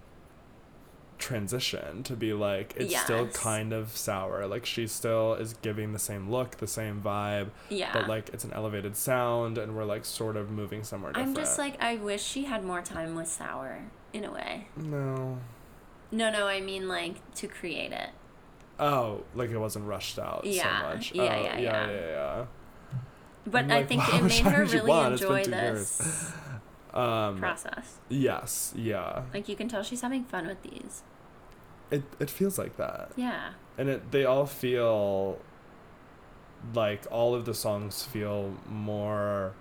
[SPEAKER 1] transition to be like it's still
[SPEAKER 2] Yes.
[SPEAKER 1] kind of sour. Like she still is giving the same look, the same vibe,
[SPEAKER 2] Yeah.
[SPEAKER 1] but like it's an elevated sound and we're like sort of moving somewhere different.
[SPEAKER 2] I'm just like I wish she had more time with Sour in a way.
[SPEAKER 1] No.
[SPEAKER 2] No, no, I mean like to create it.
[SPEAKER 1] Oh, like it wasn't rushed out
[SPEAKER 2] Yeah.
[SPEAKER 1] so much.
[SPEAKER 2] Yeah,
[SPEAKER 1] oh, yeah,
[SPEAKER 2] yeah, yeah.
[SPEAKER 1] yeah,
[SPEAKER 2] But
[SPEAKER 1] I'm
[SPEAKER 2] I
[SPEAKER 1] like,
[SPEAKER 2] think
[SPEAKER 1] wow,
[SPEAKER 2] it made
[SPEAKER 1] sorry
[SPEAKER 2] her
[SPEAKER 1] she
[SPEAKER 2] really
[SPEAKER 1] won. It's been
[SPEAKER 2] enjoy
[SPEAKER 1] two years.
[SPEAKER 2] this
[SPEAKER 1] yeah. Um
[SPEAKER 2] process.
[SPEAKER 1] yes, yeah.
[SPEAKER 2] Like you can tell she's having fun with these.
[SPEAKER 1] It it feels like that.
[SPEAKER 2] Yeah.
[SPEAKER 1] and it they all feel like all of the songs feel more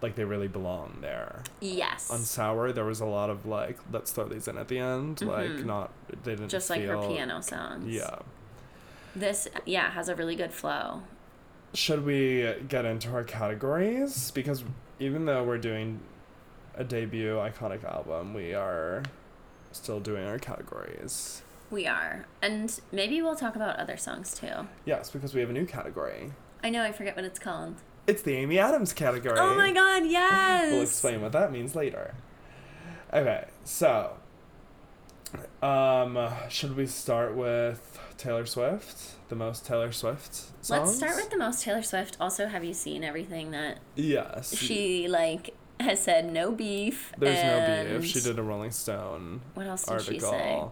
[SPEAKER 1] like they really belong there.
[SPEAKER 2] Yes.
[SPEAKER 1] On Sour, there was a lot of like, let's throw these in at the end. Like, not, they didn't
[SPEAKER 2] Mm-hmm. Just like her
[SPEAKER 1] feel-
[SPEAKER 2] piano songs.
[SPEAKER 1] Yeah.
[SPEAKER 2] This, yeah, has a really good flow.
[SPEAKER 1] Should we get into our categories? Because even though we're doing a debut iconic album, we are still doing our categories.
[SPEAKER 2] We are. And maybe we'll talk about other songs too.
[SPEAKER 1] Yes, because we have a new category.
[SPEAKER 2] I know, I forget what it's called.
[SPEAKER 1] It's the Amy Adams category.
[SPEAKER 2] Oh my god, yes!
[SPEAKER 1] We'll explain what that means later. Okay, so um, should we start with Taylor Swift? The most Taylor Swift songs.
[SPEAKER 2] Let's start with the most Taylor Swift. Also, have you seen everything that
[SPEAKER 1] yes.
[SPEAKER 2] she, like, has said no beef?
[SPEAKER 1] There's no
[SPEAKER 2] and
[SPEAKER 1] beef. She did a Rolling Stone
[SPEAKER 2] What else did
[SPEAKER 1] article.
[SPEAKER 2] she say?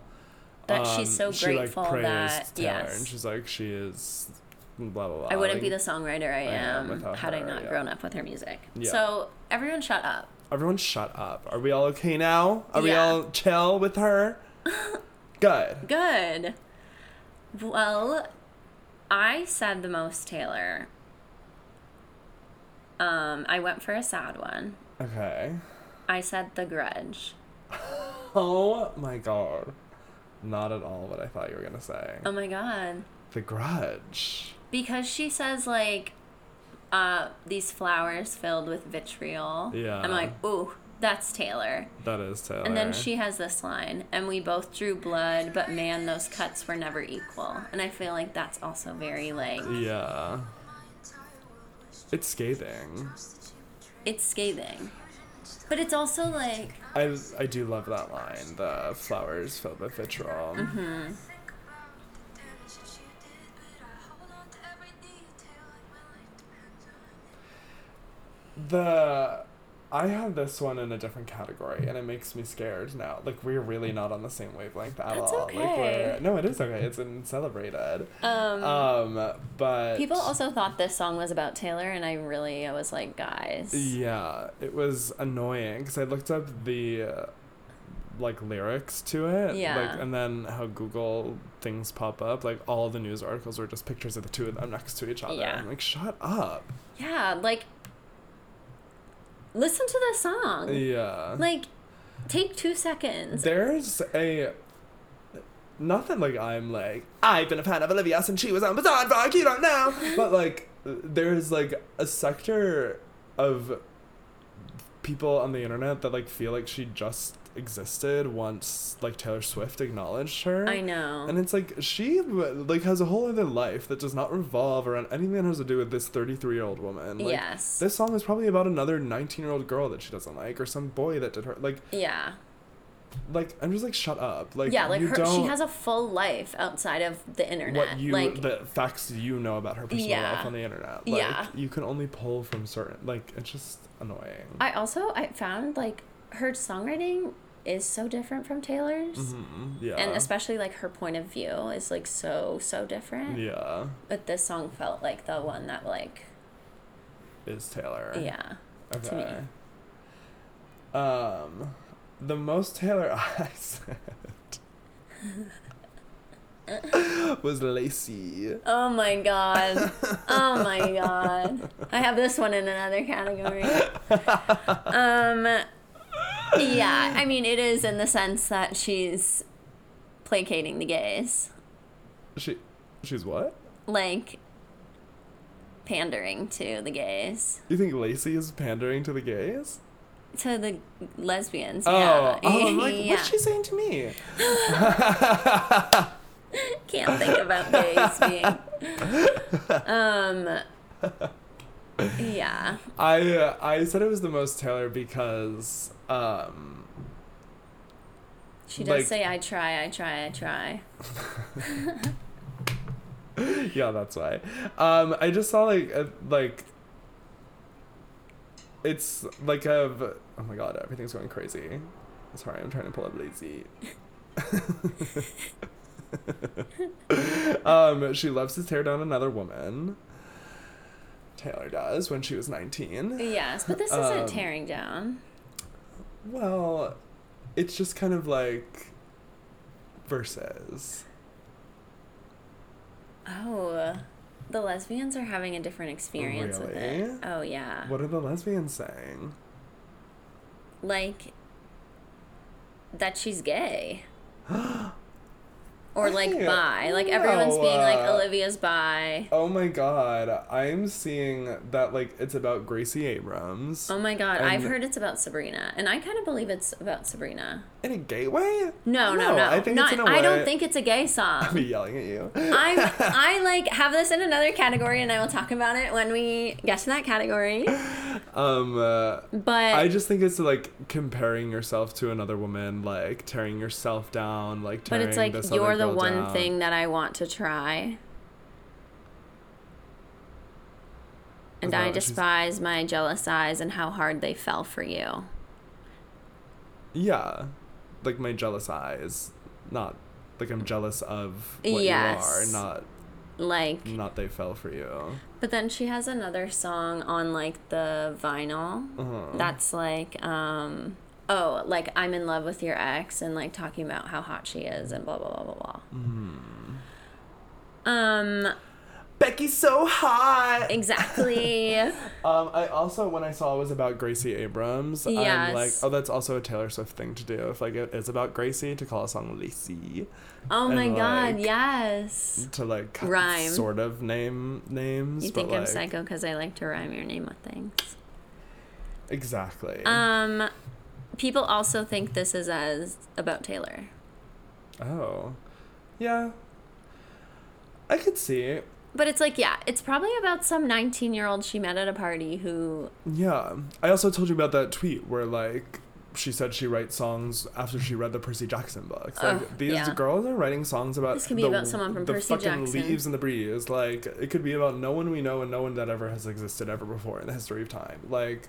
[SPEAKER 2] That she's so
[SPEAKER 1] Um, she, like,
[SPEAKER 2] grateful
[SPEAKER 1] praised
[SPEAKER 2] that.
[SPEAKER 1] Taylor,
[SPEAKER 2] yes.
[SPEAKER 1] and she's like she is blah blah blah.
[SPEAKER 2] I wouldn't
[SPEAKER 1] Like,
[SPEAKER 2] be the songwriter I,
[SPEAKER 1] I am
[SPEAKER 2] am
[SPEAKER 1] without
[SPEAKER 2] had I
[SPEAKER 1] her,
[SPEAKER 2] not
[SPEAKER 1] yeah.
[SPEAKER 2] grown up with her music.
[SPEAKER 1] Yeah.
[SPEAKER 2] So everyone shut up.
[SPEAKER 1] Everyone, shut up. Are we all okay now? Are we
[SPEAKER 2] Yeah.
[SPEAKER 1] all chill with her? Good.
[SPEAKER 2] Good. Well, I said the most Taylor. Um, I went for a sad one.
[SPEAKER 1] Okay.
[SPEAKER 2] I said The Grudge.
[SPEAKER 1] Oh my god. Not at all what I thought you were gonna say.
[SPEAKER 2] Oh my god.
[SPEAKER 1] the grudge.
[SPEAKER 2] Because she says like uh these flowers filled with vitriol.
[SPEAKER 1] Yeah.
[SPEAKER 2] I'm like, "Ooh, that's Taylor."
[SPEAKER 1] That is Taylor.
[SPEAKER 2] And then she has this line, and we both drew blood, but man, those cuts were never equal. And I feel like that's also very like
[SPEAKER 1] Yeah. It's scathing.
[SPEAKER 2] it's scathing. But it's also like
[SPEAKER 1] I I do love that line. The flowers filled with vitriol.
[SPEAKER 2] Mm-hmm.
[SPEAKER 1] The I had this one in a different category, and it makes me scared now. Like we're really not on the same wavelength at
[SPEAKER 2] That's
[SPEAKER 1] all. Like
[SPEAKER 2] okay.
[SPEAKER 1] we're no, it is okay. It's in celebrated.
[SPEAKER 2] um
[SPEAKER 1] Um, but
[SPEAKER 2] people also thought this song was about Taylor and I really I was like, guys.
[SPEAKER 1] Yeah, it was annoying because I looked up the uh, like lyrics to it,
[SPEAKER 2] Yeah.
[SPEAKER 1] like, and then how Google things pop up, like all the news articles were just pictures of the two of them next to each other.
[SPEAKER 2] Yeah.
[SPEAKER 1] I'm like, shut up.
[SPEAKER 2] Yeah, like listen to the song.
[SPEAKER 1] Yeah,
[SPEAKER 2] Like take 2 seconds.
[SPEAKER 1] there's a not that like I'm like I've been a fan of Olivia since she was on Bazaar Rock. You don't know, but like there's like a sector of people on the internet that like feel like she just existed once like Taylor Swift acknowledged her.
[SPEAKER 2] I know.
[SPEAKER 1] And it's like she like has a whole other life that does not revolve around anything that has to do with this 33 year old woman. Like,
[SPEAKER 2] yes.
[SPEAKER 1] This song is probably about another 19 year old girl that she doesn't like or some boy that did her like
[SPEAKER 2] yeah.
[SPEAKER 1] like I'm just like shut up like
[SPEAKER 2] yeah, like
[SPEAKER 1] you
[SPEAKER 2] her,
[SPEAKER 1] don't,
[SPEAKER 2] she has a full life outside of the internet.
[SPEAKER 1] what you
[SPEAKER 2] like,
[SPEAKER 1] the facts you know about her personal
[SPEAKER 2] Yeah.
[SPEAKER 1] life on the internet like
[SPEAKER 2] Yeah.
[SPEAKER 1] you can only pull from certain like it's just annoying
[SPEAKER 2] I also I found like her songwriting is so different from Taylor's,
[SPEAKER 1] Mhm, yeah
[SPEAKER 2] and especially like her point of view is like so so different.
[SPEAKER 1] yeah
[SPEAKER 2] But this song felt like the one that like
[SPEAKER 1] is Taylor
[SPEAKER 2] yeah.
[SPEAKER 1] okay
[SPEAKER 2] to me.
[SPEAKER 1] um the most Taylor I said was Lacey
[SPEAKER 2] Oh my god. Oh my god. I have this one in another category. Um yeah, I mean it is in the sense that she's placating the gays.
[SPEAKER 1] she she's what
[SPEAKER 2] like pandering to the gays
[SPEAKER 1] you think Lacey is pandering to the gays
[SPEAKER 2] to the lesbians
[SPEAKER 1] oh
[SPEAKER 2] yeah
[SPEAKER 1] oh I'm like
[SPEAKER 2] yeah
[SPEAKER 1] what's she saying to me
[SPEAKER 2] can't think about gays being um yeah
[SPEAKER 1] I uh, I said it was the most Taylor because um
[SPEAKER 2] she does
[SPEAKER 1] Like-
[SPEAKER 2] say i try i try i try
[SPEAKER 1] yeah that's why um I just saw like a, like it's like a v- oh my god everything's going crazy sorry I'm trying to pull up lazy um she loves to tear down another woman Taylor does when she was 19
[SPEAKER 2] yes but this isn't
[SPEAKER 1] Um,
[SPEAKER 2] tearing down
[SPEAKER 1] Well, it's just kind of like verses.
[SPEAKER 2] oh the lesbians are having a different experience with it.
[SPEAKER 1] Really?
[SPEAKER 2] Oh yeah.
[SPEAKER 1] What are the lesbians saying?
[SPEAKER 2] Like that she's gay. or like
[SPEAKER 1] Hey,
[SPEAKER 2] bi. Like everyone's
[SPEAKER 1] no,
[SPEAKER 2] being like
[SPEAKER 1] uh,
[SPEAKER 2] Olivia's bi.
[SPEAKER 1] Oh my god, I'm seeing that like it's about Gracie Abrams
[SPEAKER 2] Oh my god, I've
[SPEAKER 1] and-
[SPEAKER 2] heard it's about Sabrina, and I kind of believe it's about Sabrina.
[SPEAKER 1] in a gay way.
[SPEAKER 2] No, no, no.
[SPEAKER 1] I think
[SPEAKER 2] Not,
[SPEAKER 1] it's in a
[SPEAKER 2] I
[SPEAKER 1] way-
[SPEAKER 2] don't think it's a gay
[SPEAKER 1] I'll be
[SPEAKER 2] song.
[SPEAKER 1] yelling at you.
[SPEAKER 2] I'm, I like have this in another category, and I will talk about it when we get to that category.
[SPEAKER 1] um, uh,
[SPEAKER 2] But
[SPEAKER 1] I just think it's like comparing yourself to another woman, like tearing yourself down, like
[SPEAKER 2] but
[SPEAKER 1] tearing.
[SPEAKER 2] it's like
[SPEAKER 1] this other
[SPEAKER 2] you're the
[SPEAKER 1] girl
[SPEAKER 2] one
[SPEAKER 1] down.
[SPEAKER 2] thing that I want to try. And
[SPEAKER 1] that
[SPEAKER 2] I
[SPEAKER 1] what she's-
[SPEAKER 2] despise my jealous eyes and how hard they fell for you.
[SPEAKER 1] Yeah, like my jealous eyes, not like I'm jealous of what
[SPEAKER 2] Yes.
[SPEAKER 1] you are, not
[SPEAKER 2] Like,
[SPEAKER 1] not they fell for you.
[SPEAKER 2] but then she has another song on like the vinyl
[SPEAKER 1] Uh-huh.
[SPEAKER 2] that's like, um, oh, like I'm in love with your ex and like talking about how hot she is and blah blah blah blah blah.
[SPEAKER 1] Mm-hmm.
[SPEAKER 2] Um,
[SPEAKER 1] Becky's so hot.
[SPEAKER 2] exactly.
[SPEAKER 1] Um, I also when I saw it was about Gracie Abrams, I'm like,
[SPEAKER 2] Yes.
[SPEAKER 1] oh, that's also a Taylor Swift thing to do. If like it is about Gracie, to call a song Lacey,
[SPEAKER 2] Oh my
[SPEAKER 1] And,
[SPEAKER 2] god,
[SPEAKER 1] like,
[SPEAKER 2] yes.
[SPEAKER 1] to like cut-
[SPEAKER 2] Rhyme.
[SPEAKER 1] sort of name names.
[SPEAKER 2] You
[SPEAKER 1] but,
[SPEAKER 2] think I'm
[SPEAKER 1] like-
[SPEAKER 2] psycho because I like to rhyme your name with things.
[SPEAKER 1] Exactly.
[SPEAKER 2] Um, people also think this is as about Taylor.
[SPEAKER 1] oh, yeah. I could see it.
[SPEAKER 2] But it's like, yeah, it's probably about some 19 year old she met at a party who,
[SPEAKER 1] Yeah. I also told you about that tweet where like she said she writes songs after she read the Percy Jackson books. Like
[SPEAKER 2] Ugh,
[SPEAKER 1] these
[SPEAKER 2] yeah.
[SPEAKER 1] girls are writing songs about
[SPEAKER 2] This could be
[SPEAKER 1] the,
[SPEAKER 2] about someone from
[SPEAKER 1] the
[SPEAKER 2] Percy
[SPEAKER 1] fucking
[SPEAKER 2] Jackson.
[SPEAKER 1] leaves and the breeze. Like it could be about no one we know and no one that ever has existed ever before in the history of time. Like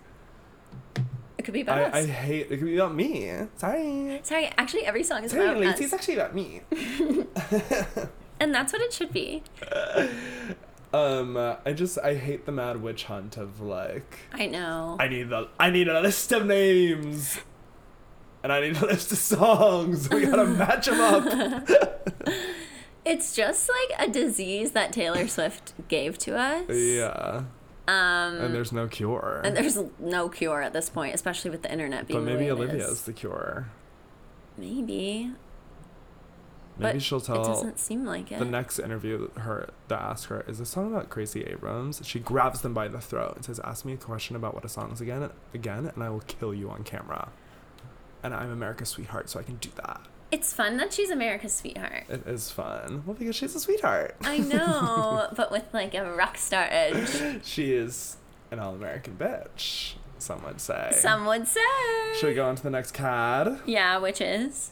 [SPEAKER 2] it could be about us.
[SPEAKER 1] I, I hate it could be about me. Sorry.
[SPEAKER 2] Sorry, actually, every song is
[SPEAKER 1] Sorry,
[SPEAKER 2] about
[SPEAKER 1] Lacey, it's
[SPEAKER 2] us.
[SPEAKER 1] actually about me.
[SPEAKER 2] And that's what it should be.
[SPEAKER 1] Um, I just I hate the mad witch hunt of like
[SPEAKER 2] I know.
[SPEAKER 1] I need the I need a list of names. And I need a list of songs. We gotta match them up.
[SPEAKER 2] It's just like a disease that Taylor Swift gave to us.
[SPEAKER 1] Yeah.
[SPEAKER 2] Um,
[SPEAKER 1] And there's no cure.
[SPEAKER 2] and there's no cure at this point, especially with the internet being
[SPEAKER 1] but
[SPEAKER 2] the
[SPEAKER 1] maybe
[SPEAKER 2] way it
[SPEAKER 1] Olivia
[SPEAKER 2] is.
[SPEAKER 1] is the cure.
[SPEAKER 2] Maybe.
[SPEAKER 1] Maybe
[SPEAKER 2] But
[SPEAKER 1] she'll
[SPEAKER 2] It
[SPEAKER 1] tell
[SPEAKER 2] doesn't seem like it.
[SPEAKER 1] the next interview that her that asks her, is this song about Gracie Abrams? She grabs them by the throat and says, Ask me a question about what a song is again again and I will kill you on camera. And I'm America's sweetheart, so I can do that.
[SPEAKER 2] It's fun that she's America's sweetheart.
[SPEAKER 1] It is fun. Well, because she's a sweetheart.
[SPEAKER 2] I know, but with like a rock star edge,
[SPEAKER 1] She is an all American bitch, some would say.
[SPEAKER 2] some would say.
[SPEAKER 1] Should we go on to the next CAD?
[SPEAKER 2] Yeah, which is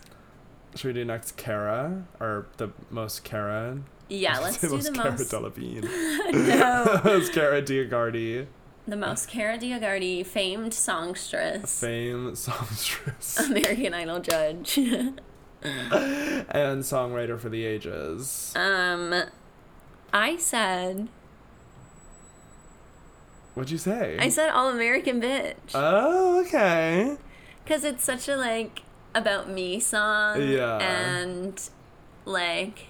[SPEAKER 1] Should we do next Cara? Or the most Cara?
[SPEAKER 2] yeah. Let's do the
[SPEAKER 1] Cara
[SPEAKER 2] most Oh.
[SPEAKER 1] Delevingne.
[SPEAKER 2] no
[SPEAKER 1] most Cara Diagardi.
[SPEAKER 2] the most Cara Diagardi, famed songstress,
[SPEAKER 1] Fame songstress
[SPEAKER 2] American Idol judge.
[SPEAKER 1] and songwriter for the ages.
[SPEAKER 2] um, I said
[SPEAKER 1] What'd you say?
[SPEAKER 2] I said all American bitch
[SPEAKER 1] oh, okay.
[SPEAKER 2] because it's such a like about me song.
[SPEAKER 1] Yeah.
[SPEAKER 2] and like.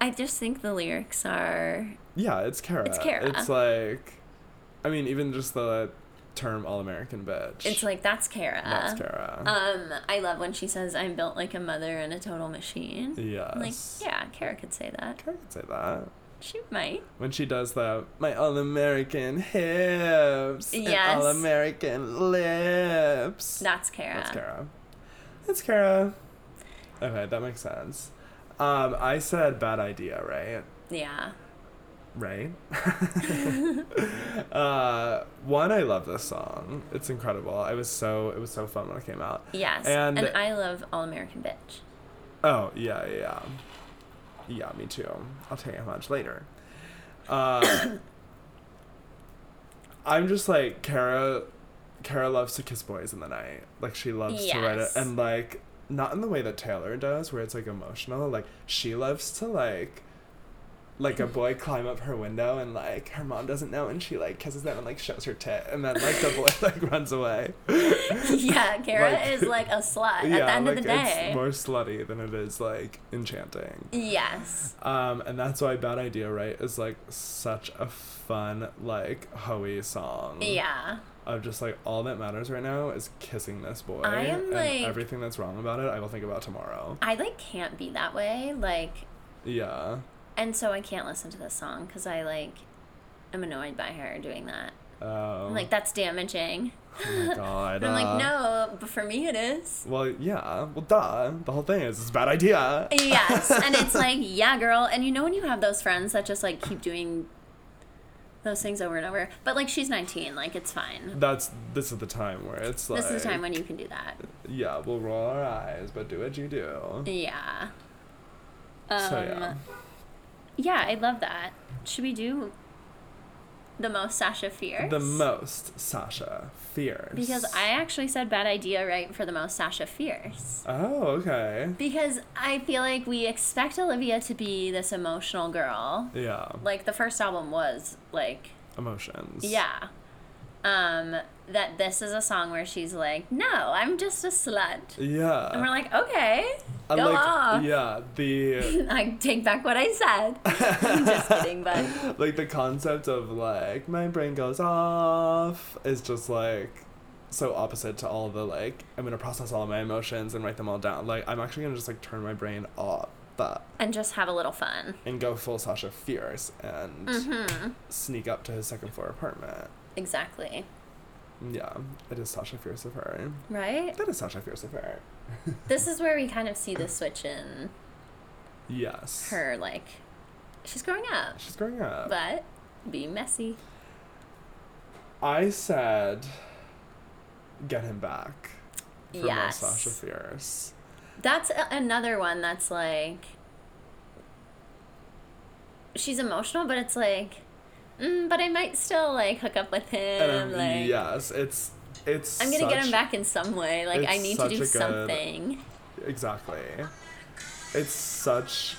[SPEAKER 2] I just think the lyrics are
[SPEAKER 1] Yeah, it's Cara.
[SPEAKER 2] It's Cara.
[SPEAKER 1] It's like, I mean, even just the term all American bitch.
[SPEAKER 2] It's like that's Kara.
[SPEAKER 1] That's Cara.
[SPEAKER 2] Um, I love when she says, "I'm built like a mother and a total machine." I'm like,
[SPEAKER 1] yes.
[SPEAKER 2] yeah, Kara could say that.
[SPEAKER 1] Cara could say that.
[SPEAKER 2] She might.
[SPEAKER 1] When she does the my all American hips,
[SPEAKER 2] Yes.
[SPEAKER 1] and all American lips.
[SPEAKER 2] That's Kara.
[SPEAKER 1] That's Kara. That's Kara. Okay, that makes sense. Um, I said bad idea, right?
[SPEAKER 2] Yeah.
[SPEAKER 1] Right. uh, one, I love this song. It's incredible. I was so it was so fun when it came out.
[SPEAKER 2] Yes.
[SPEAKER 1] And-
[SPEAKER 2] And, I love All American Bitch.
[SPEAKER 1] Oh yeah, yeah, yeah. Yeah, me too. I'll tell you how much later. Uh, I'm just like Kara. Kara loves to kiss boys in the night. Like she loves to write it,
[SPEAKER 2] Yes.
[SPEAKER 1] and like not in the way that Taylor does, where it's like emotional. Like she loves to like like a boy climb up her window and like her mom doesn't know and she like kisses them and like shows her tit and then like the boy like runs away.
[SPEAKER 2] yeah, Kara
[SPEAKER 1] Like-
[SPEAKER 2] is like a slut at the
[SPEAKER 1] yeah,
[SPEAKER 2] end
[SPEAKER 1] like
[SPEAKER 2] of the
[SPEAKER 1] it's
[SPEAKER 2] day.
[SPEAKER 1] more slutty than it is like enchanting.
[SPEAKER 2] Yes.
[SPEAKER 1] Um, and that's why Bad Idea, right, is like such a fun, like hoey song.
[SPEAKER 2] Yeah.
[SPEAKER 1] Of just like all that matters right now is kissing this boy.
[SPEAKER 2] I am,
[SPEAKER 1] and
[SPEAKER 2] like-
[SPEAKER 1] everything that's wrong about it I will think about tomorrow.
[SPEAKER 2] I like can't be that way. Like,
[SPEAKER 1] Yeah.
[SPEAKER 2] and so I can't listen to this song because I like am annoyed by her doing that.
[SPEAKER 1] Um,
[SPEAKER 2] I'm like, that's damaging.
[SPEAKER 1] oh my god.
[SPEAKER 2] And I'm
[SPEAKER 1] uh,
[SPEAKER 2] like, no, but for me it is.
[SPEAKER 1] Well, yeah. Well, duh. The whole thing is it's a bad idea.
[SPEAKER 2] Yes. and it's like, yeah, girl. And you know when you have those friends that just like keep doing those things over and over. But like, she's 19. Like, it's fine.
[SPEAKER 1] That's this is the time where it's like
[SPEAKER 2] This is the time when you can do that.
[SPEAKER 1] yeah we'll roll our eyes but do what you do.
[SPEAKER 2] Yeah. Um,
[SPEAKER 1] so yeah,
[SPEAKER 2] Yeah, I love that. Should we do the most Sasha Fierce?
[SPEAKER 1] the most Sasha fierce
[SPEAKER 2] Because I actually said bad idea right for the most Sasha Fierce.
[SPEAKER 1] oh okay
[SPEAKER 2] Because I feel like we expect Olivia to be this emotional girl.
[SPEAKER 1] yeah
[SPEAKER 2] Like the first album was like
[SPEAKER 1] emotions
[SPEAKER 2] yeah. Um that this is a song where she's like, "No, I'm just a slut."
[SPEAKER 1] yeah
[SPEAKER 2] And we're like, "Okay.
[SPEAKER 1] I
[SPEAKER 2] go
[SPEAKER 1] like-
[SPEAKER 2] off."
[SPEAKER 1] yeah the
[SPEAKER 2] I take back what I said. just kidding, but
[SPEAKER 1] like the concept of like my brain goes off is just like so opposite to all the like I'm gonna process all of my emotions and write them all down like I'm actually gonna just like turn my brain off but
[SPEAKER 2] and just have a little fun.
[SPEAKER 1] and go full Sasha Fierce and
[SPEAKER 2] Mhm.
[SPEAKER 1] sneak up to his second floor apartment.
[SPEAKER 2] Exactly.
[SPEAKER 1] Yeah, it is Sasha Fierce of her.
[SPEAKER 2] Right?
[SPEAKER 1] That is Sasha Fierce of her.
[SPEAKER 2] This is where we kind of see the switch in
[SPEAKER 1] Yes.
[SPEAKER 2] her like she's growing up,
[SPEAKER 1] She's growing up.
[SPEAKER 2] but be messy.
[SPEAKER 1] I said, get him back. For more
[SPEAKER 2] Yes.
[SPEAKER 1] Sasha Fierce.
[SPEAKER 2] That's a- another one that's like she's emotional, but it's like mm, but I might still like hook up with him.
[SPEAKER 1] And um,
[SPEAKER 2] like
[SPEAKER 1] yes, it's it's.
[SPEAKER 2] I'm gonna get him
[SPEAKER 1] such-
[SPEAKER 2] back in some way. Like I
[SPEAKER 1] it's
[SPEAKER 2] need to
[SPEAKER 1] such
[SPEAKER 2] do
[SPEAKER 1] a good-
[SPEAKER 2] something.
[SPEAKER 1] Exactly. It's such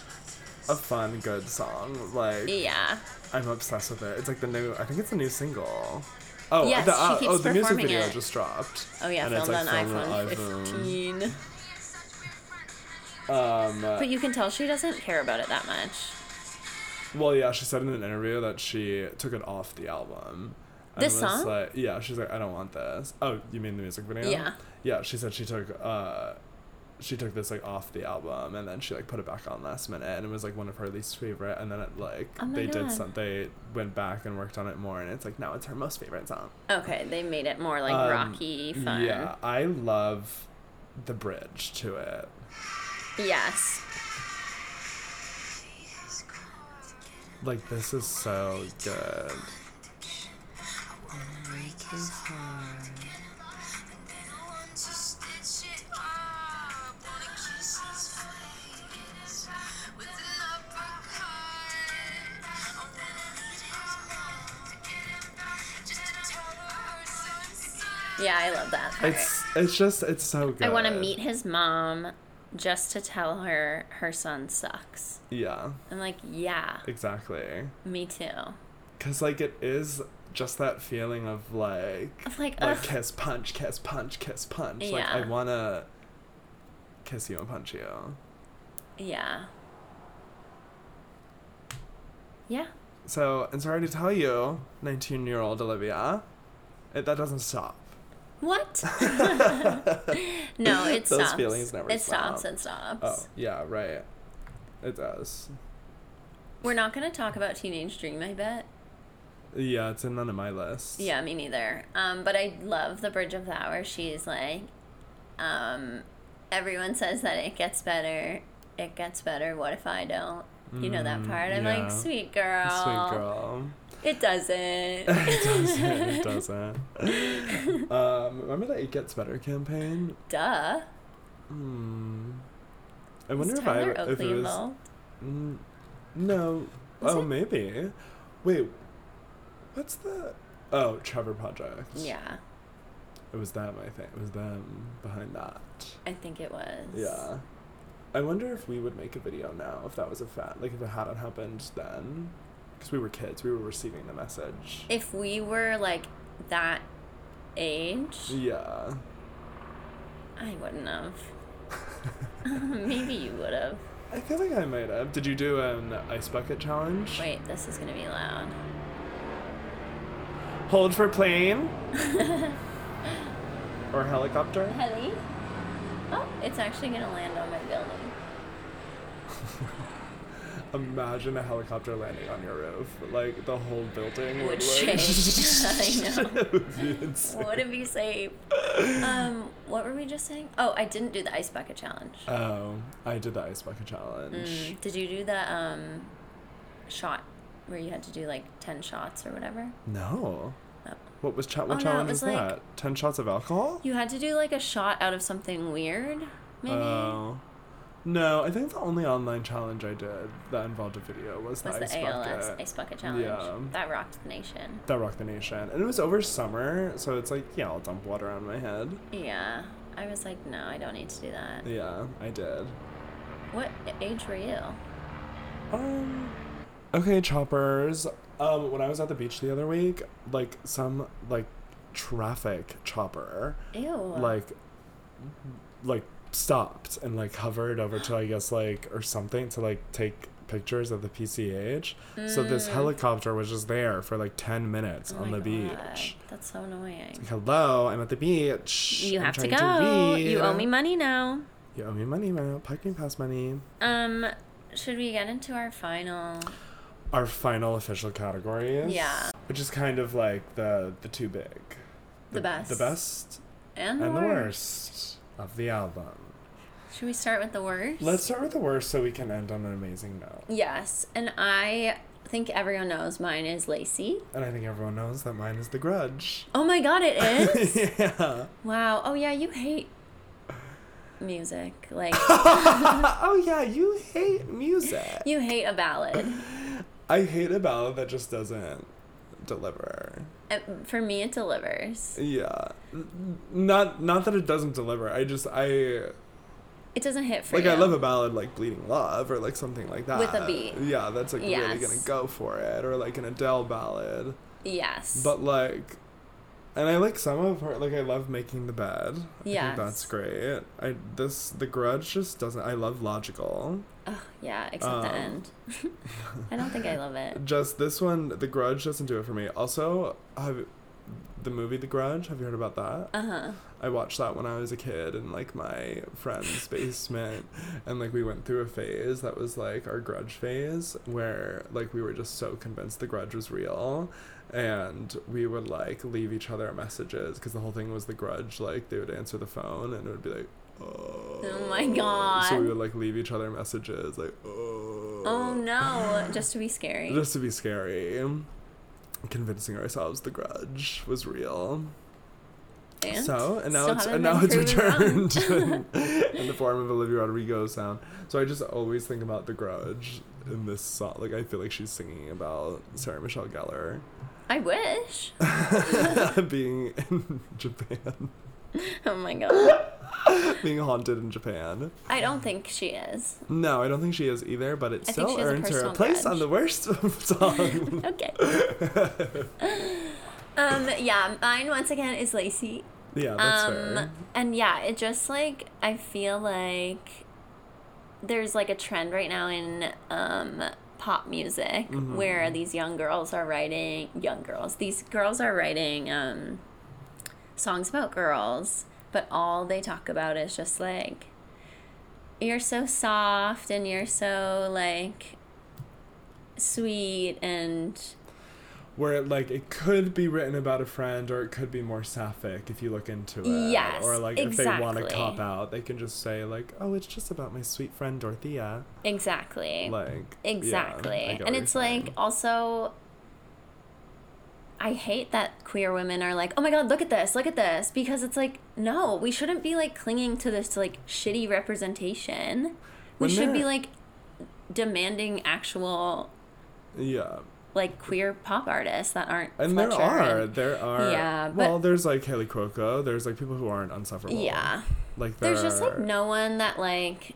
[SPEAKER 1] a fun, good song. Like
[SPEAKER 2] Yeah.
[SPEAKER 1] I'm obsessed with it. It's like the new. I think it's the new single. Oh,
[SPEAKER 2] Yes,
[SPEAKER 1] the,
[SPEAKER 2] she
[SPEAKER 1] uh,
[SPEAKER 2] keeps
[SPEAKER 1] oh, the music
[SPEAKER 2] performing
[SPEAKER 1] video
[SPEAKER 2] it.
[SPEAKER 1] just dropped.
[SPEAKER 2] Oh yeah,
[SPEAKER 1] And it's,
[SPEAKER 2] filmed on
[SPEAKER 1] like, filmed
[SPEAKER 2] iPhone, 15.
[SPEAKER 1] Um,
[SPEAKER 2] But you can tell she doesn't care about it that much.
[SPEAKER 1] well, yeah, she said in an interview that she took it off the album. and
[SPEAKER 2] This
[SPEAKER 1] was
[SPEAKER 2] song?
[SPEAKER 1] Like, yeah, she's like, I don't want this. Oh, you mean the music video?
[SPEAKER 2] Yeah.
[SPEAKER 1] Yeah, she said she took uh, she took this like off the album, and then she like put it back on last minute, and it was like one of her least favorite. And then it like
[SPEAKER 2] Oh my
[SPEAKER 1] they
[SPEAKER 2] God.
[SPEAKER 1] did some, they went back and worked on it more, and it's like now it's her most favorite song.
[SPEAKER 2] Okay, they made it more like
[SPEAKER 1] Um,
[SPEAKER 2] rocky fun.
[SPEAKER 1] Yeah, I love the bridge to it.
[SPEAKER 2] Yes.
[SPEAKER 1] Like this is so good.
[SPEAKER 2] Yeah, I love that. part.
[SPEAKER 1] It's it's just it's so good.
[SPEAKER 2] I want to meet his mom just to tell her her son sucks.
[SPEAKER 1] Yeah,
[SPEAKER 2] I'm like, yeah,
[SPEAKER 1] exactly.
[SPEAKER 2] me too.
[SPEAKER 1] Cause like it is just that feeling of like
[SPEAKER 2] I'm like,
[SPEAKER 1] like
[SPEAKER 2] ugh.
[SPEAKER 1] kiss punch kiss punch kiss punch. Like
[SPEAKER 2] Yeah.
[SPEAKER 1] I wanna kiss you and punch you.
[SPEAKER 2] yeah. Yeah.
[SPEAKER 1] So and sorry to tell you, nineteen year old Olivia, it, that doesn't stop.
[SPEAKER 2] What? no, it
[SPEAKER 1] Those
[SPEAKER 2] stops.
[SPEAKER 1] feelings never
[SPEAKER 2] it stops.
[SPEAKER 1] stop.
[SPEAKER 2] It stops.
[SPEAKER 1] Oh yeah, right. It does.
[SPEAKER 2] We're not gonna talk about Teenage Dream, I bet.
[SPEAKER 1] Yeah, it's in none of my lists.
[SPEAKER 2] Yeah, me neither. Um, but I love the bridge of that where she's like, um, everyone says that it gets better. It gets better. What if I don't? You know that
[SPEAKER 1] Mm,
[SPEAKER 2] part. I'm
[SPEAKER 1] yeah.
[SPEAKER 2] like, sweet girl.
[SPEAKER 1] Sweet girl.
[SPEAKER 2] It
[SPEAKER 1] it doesn't.
[SPEAKER 2] doesn't.
[SPEAKER 1] It doesn't. um, remember the It Gets Better campaign?
[SPEAKER 2] Duh.
[SPEAKER 1] Hmm. I
[SPEAKER 2] Was
[SPEAKER 1] wonder if I
[SPEAKER 2] Tyler
[SPEAKER 1] if
[SPEAKER 2] Oakley
[SPEAKER 1] it was.
[SPEAKER 2] involved?
[SPEAKER 1] Mm, no.
[SPEAKER 2] Was
[SPEAKER 1] oh,
[SPEAKER 2] it?
[SPEAKER 1] maybe. Wait. What's the? Oh, Trevor Project.
[SPEAKER 2] Yeah,
[SPEAKER 1] It was them. I think it was them behind that.
[SPEAKER 2] I think it was.
[SPEAKER 1] Yeah. I wonder if we would make a video now if that was a fact, like if it hadn't happened then, because we were kids, we were receiving the message.
[SPEAKER 2] If we were like that age,
[SPEAKER 1] yeah,
[SPEAKER 2] I wouldn't have. Maybe you would have.
[SPEAKER 1] I feel like I might have. Did you do an ice bucket challenge?
[SPEAKER 2] Wait, this is gonna be loud.
[SPEAKER 1] Hold for plane or helicopter.
[SPEAKER 2] Helly? Oh, it's actually gonna land on my building.
[SPEAKER 1] Imagine a helicopter landing on your roof, like the whole building
[SPEAKER 2] Would
[SPEAKER 1] would
[SPEAKER 2] shake. I know.
[SPEAKER 1] It would be insane.
[SPEAKER 2] Wouldn't be safe. Um, what were we just saying? Oh, I didn't do the ice bucket challenge.
[SPEAKER 1] Oh, I did the ice bucket challenge.
[SPEAKER 2] Mm, did you do the um, shot where you had to do like ten shots or whatever?
[SPEAKER 1] No.
[SPEAKER 2] No.
[SPEAKER 1] What was cha- what
[SPEAKER 2] Oh, no, it
[SPEAKER 1] challenge
[SPEAKER 2] was
[SPEAKER 1] was
[SPEAKER 2] like-
[SPEAKER 1] that? Ten shots of alcohol?
[SPEAKER 2] You had to do like a shot out of something weird, maybe.
[SPEAKER 1] Oh. No, I think the only online challenge I did that involved a video was,
[SPEAKER 2] was
[SPEAKER 1] the ice
[SPEAKER 2] the ALS
[SPEAKER 1] bucket.
[SPEAKER 2] ice bucket challenge
[SPEAKER 1] Yeah.
[SPEAKER 2] that rocked the nation?
[SPEAKER 1] That rocked the nation, and it was over summer, so it's like yeah, I'll dump water on my head.
[SPEAKER 2] Yeah, I was like, no, I don't need to do that.
[SPEAKER 1] Yeah, I did.
[SPEAKER 2] What age were you?
[SPEAKER 1] Um, okay, choppers. Um, when I was at the beach the other week, like some like traffic chopper,
[SPEAKER 2] Ew.
[SPEAKER 1] like like stopped and like hovered over to I guess like or something to like take pictures of the PCH. So this helicopter was just there for like ten minutes
[SPEAKER 2] Mm. Oh
[SPEAKER 1] on
[SPEAKER 2] my
[SPEAKER 1] the
[SPEAKER 2] God,
[SPEAKER 1] beach.
[SPEAKER 2] That's so annoying.
[SPEAKER 1] Like, Hello, I'm at the beach.
[SPEAKER 2] You
[SPEAKER 1] I'm
[SPEAKER 2] have to
[SPEAKER 1] trying
[SPEAKER 2] go. you
[SPEAKER 1] read.
[SPEAKER 2] owe me money now.
[SPEAKER 1] You owe me money, man. Parking pass money.
[SPEAKER 2] Um, should we get into our final?
[SPEAKER 1] Our final official categories.
[SPEAKER 2] Yeah.
[SPEAKER 1] Which is kind of like the the too big.
[SPEAKER 2] The best.
[SPEAKER 1] The best
[SPEAKER 2] And the,
[SPEAKER 1] and the
[SPEAKER 2] worst.
[SPEAKER 1] worst of the album.
[SPEAKER 2] Should we start with the worst?
[SPEAKER 1] Let's start with the worst so we can end on an amazing note.
[SPEAKER 2] Yes, and I think everyone knows mine is Lacey.
[SPEAKER 1] And I think everyone knows that mine is the grudge.
[SPEAKER 2] Oh my god, it is!
[SPEAKER 1] yeah. Uh,
[SPEAKER 2] wow. Oh yeah, you hate music. Like
[SPEAKER 1] oh yeah, you hate music.
[SPEAKER 2] you hate a ballad.
[SPEAKER 1] I hate a ballad that just doesn't deliver.
[SPEAKER 2] Uh, For me, it delivers.
[SPEAKER 1] Yeah. N- Not not that it doesn't deliver. I just I
[SPEAKER 2] It doesn't hit for
[SPEAKER 1] like
[SPEAKER 2] you.
[SPEAKER 1] I love a ballad like Bleeding Love or like something like that.
[SPEAKER 2] With a beat.
[SPEAKER 1] Yeah, that's like really gonna
[SPEAKER 2] Yes.
[SPEAKER 1] go for it. Or like an Adele ballad.
[SPEAKER 2] Yes.
[SPEAKER 1] But like and I like some of her like I love making the bed. Yeah.
[SPEAKER 2] Yes.
[SPEAKER 1] That's great. I this the grudge just doesn't I love logical.
[SPEAKER 2] Ugh, yeah, except the
[SPEAKER 1] Um,
[SPEAKER 2] end. I don't think I love it.
[SPEAKER 1] Just this one, The Grudge doesn't do it for me. Also, have the movie The Grudge? Have you heard about that?
[SPEAKER 2] Uh huh.
[SPEAKER 1] I watched that when I was a kid in like my friend's basement, and like we went through a phase that was like our grudge phase, where like we were just so convinced the grudge was real, and we would like leave each other messages because the whole thing was the grudge. Like they would answer the phone, and it would be like, oh,
[SPEAKER 2] my
[SPEAKER 1] So we
[SPEAKER 2] God.
[SPEAKER 1] would like leave each other messages like, oh,
[SPEAKER 2] Oh no, just to be scary.
[SPEAKER 1] just to be scary. Convincing ourselves the grudge was real.
[SPEAKER 2] And
[SPEAKER 1] So and now
[SPEAKER 2] still
[SPEAKER 1] it's
[SPEAKER 2] haven't
[SPEAKER 1] and now
[SPEAKER 2] been
[SPEAKER 1] it's
[SPEAKER 2] proven
[SPEAKER 1] returned
[SPEAKER 2] wrong.
[SPEAKER 1] in, in the form of Olivia Rodrigo sound. So I just always think about the grudge in this song. Like I feel like she's singing about Sarah Michelle Gellar
[SPEAKER 2] I wish.
[SPEAKER 1] being in Japan,
[SPEAKER 2] Oh my god.
[SPEAKER 1] being haunted in Japan.
[SPEAKER 2] I don't think she is.
[SPEAKER 1] No, I don't think she is either. But it
[SPEAKER 2] I think
[SPEAKER 1] still
[SPEAKER 2] she has a
[SPEAKER 1] earns her a
[SPEAKER 2] personal
[SPEAKER 1] place
[SPEAKER 2] grudge.
[SPEAKER 1] on the worst song.
[SPEAKER 2] Okay. um yeah, mine once again is Lacey.
[SPEAKER 1] yeah, that's
[SPEAKER 2] Um
[SPEAKER 1] fair.
[SPEAKER 2] and yeah, it just like I feel like there's like a trend right now in um pop music
[SPEAKER 1] Mm-hmm,
[SPEAKER 2] where these young girls are writing young girls. These girls are writing um songs about girls, but all they talk about is just like you're so soft and you're so like sweet and
[SPEAKER 1] where it like it could be written about a friend or it could be more sapphic if you look into it
[SPEAKER 2] Yes,
[SPEAKER 1] or like if they want to
[SPEAKER 2] exactly.
[SPEAKER 1] cop out they can just say like oh it's just about my sweet friend dorothea
[SPEAKER 2] exactly
[SPEAKER 1] like yeah,
[SPEAKER 2] E-, exactly
[SPEAKER 1] I get what
[SPEAKER 2] and
[SPEAKER 1] you're
[SPEAKER 2] it's
[SPEAKER 1] saying.
[SPEAKER 2] like also I hate that queer women are like, "Oh my god, look at this. Look at this." Because it's like, "No, we shouldn't be like clinging to this like shitty representation. We
[SPEAKER 1] When
[SPEAKER 2] should be
[SPEAKER 1] they're-
[SPEAKER 2] like demanding actual
[SPEAKER 1] yeah
[SPEAKER 2] like queer pop artists that aren't
[SPEAKER 1] and
[SPEAKER 2] Fletcher
[SPEAKER 1] there are
[SPEAKER 2] and-
[SPEAKER 1] there are
[SPEAKER 2] Yeah, but-
[SPEAKER 1] well there's like haley cuoco there's like people who aren't unsufferable
[SPEAKER 2] yeah
[SPEAKER 1] like
[SPEAKER 2] there's just like
[SPEAKER 1] there-
[SPEAKER 2] no one that like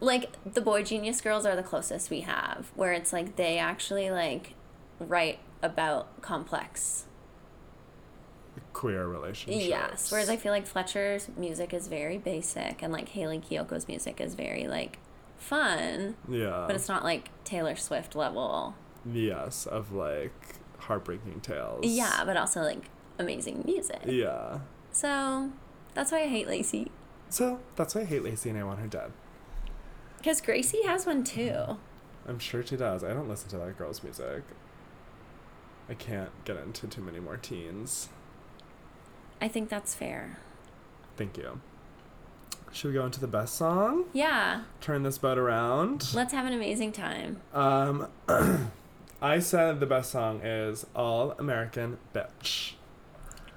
[SPEAKER 2] like the boy genius girls are the closest we have where it's like they actually like write about complex
[SPEAKER 1] Queer relationships.
[SPEAKER 2] Yes. Whereas I feel like Fletcher's music is very basic and like Haley Kioko's music is very like fun,
[SPEAKER 1] Yeah.
[SPEAKER 2] but it's not like Taylor Swift level.
[SPEAKER 1] Yes, of like heartbreaking tales.
[SPEAKER 2] Yeah, but also like amazing music.
[SPEAKER 1] Yeah.
[SPEAKER 2] So that's why I hate Lacey.
[SPEAKER 1] So that's why I hate Lacey and I want her dead.
[SPEAKER 2] Because Gracie has one too.
[SPEAKER 1] I'm sure she does. I don't listen to that girl's music. I can't get into too many more teens.
[SPEAKER 2] I think that's fair.
[SPEAKER 1] Thank you. Should we go into the best song?
[SPEAKER 2] Yeah.
[SPEAKER 1] Turn this boat around.
[SPEAKER 2] Let's have an amazing time.
[SPEAKER 1] Um, I said the best song is All American Bitch.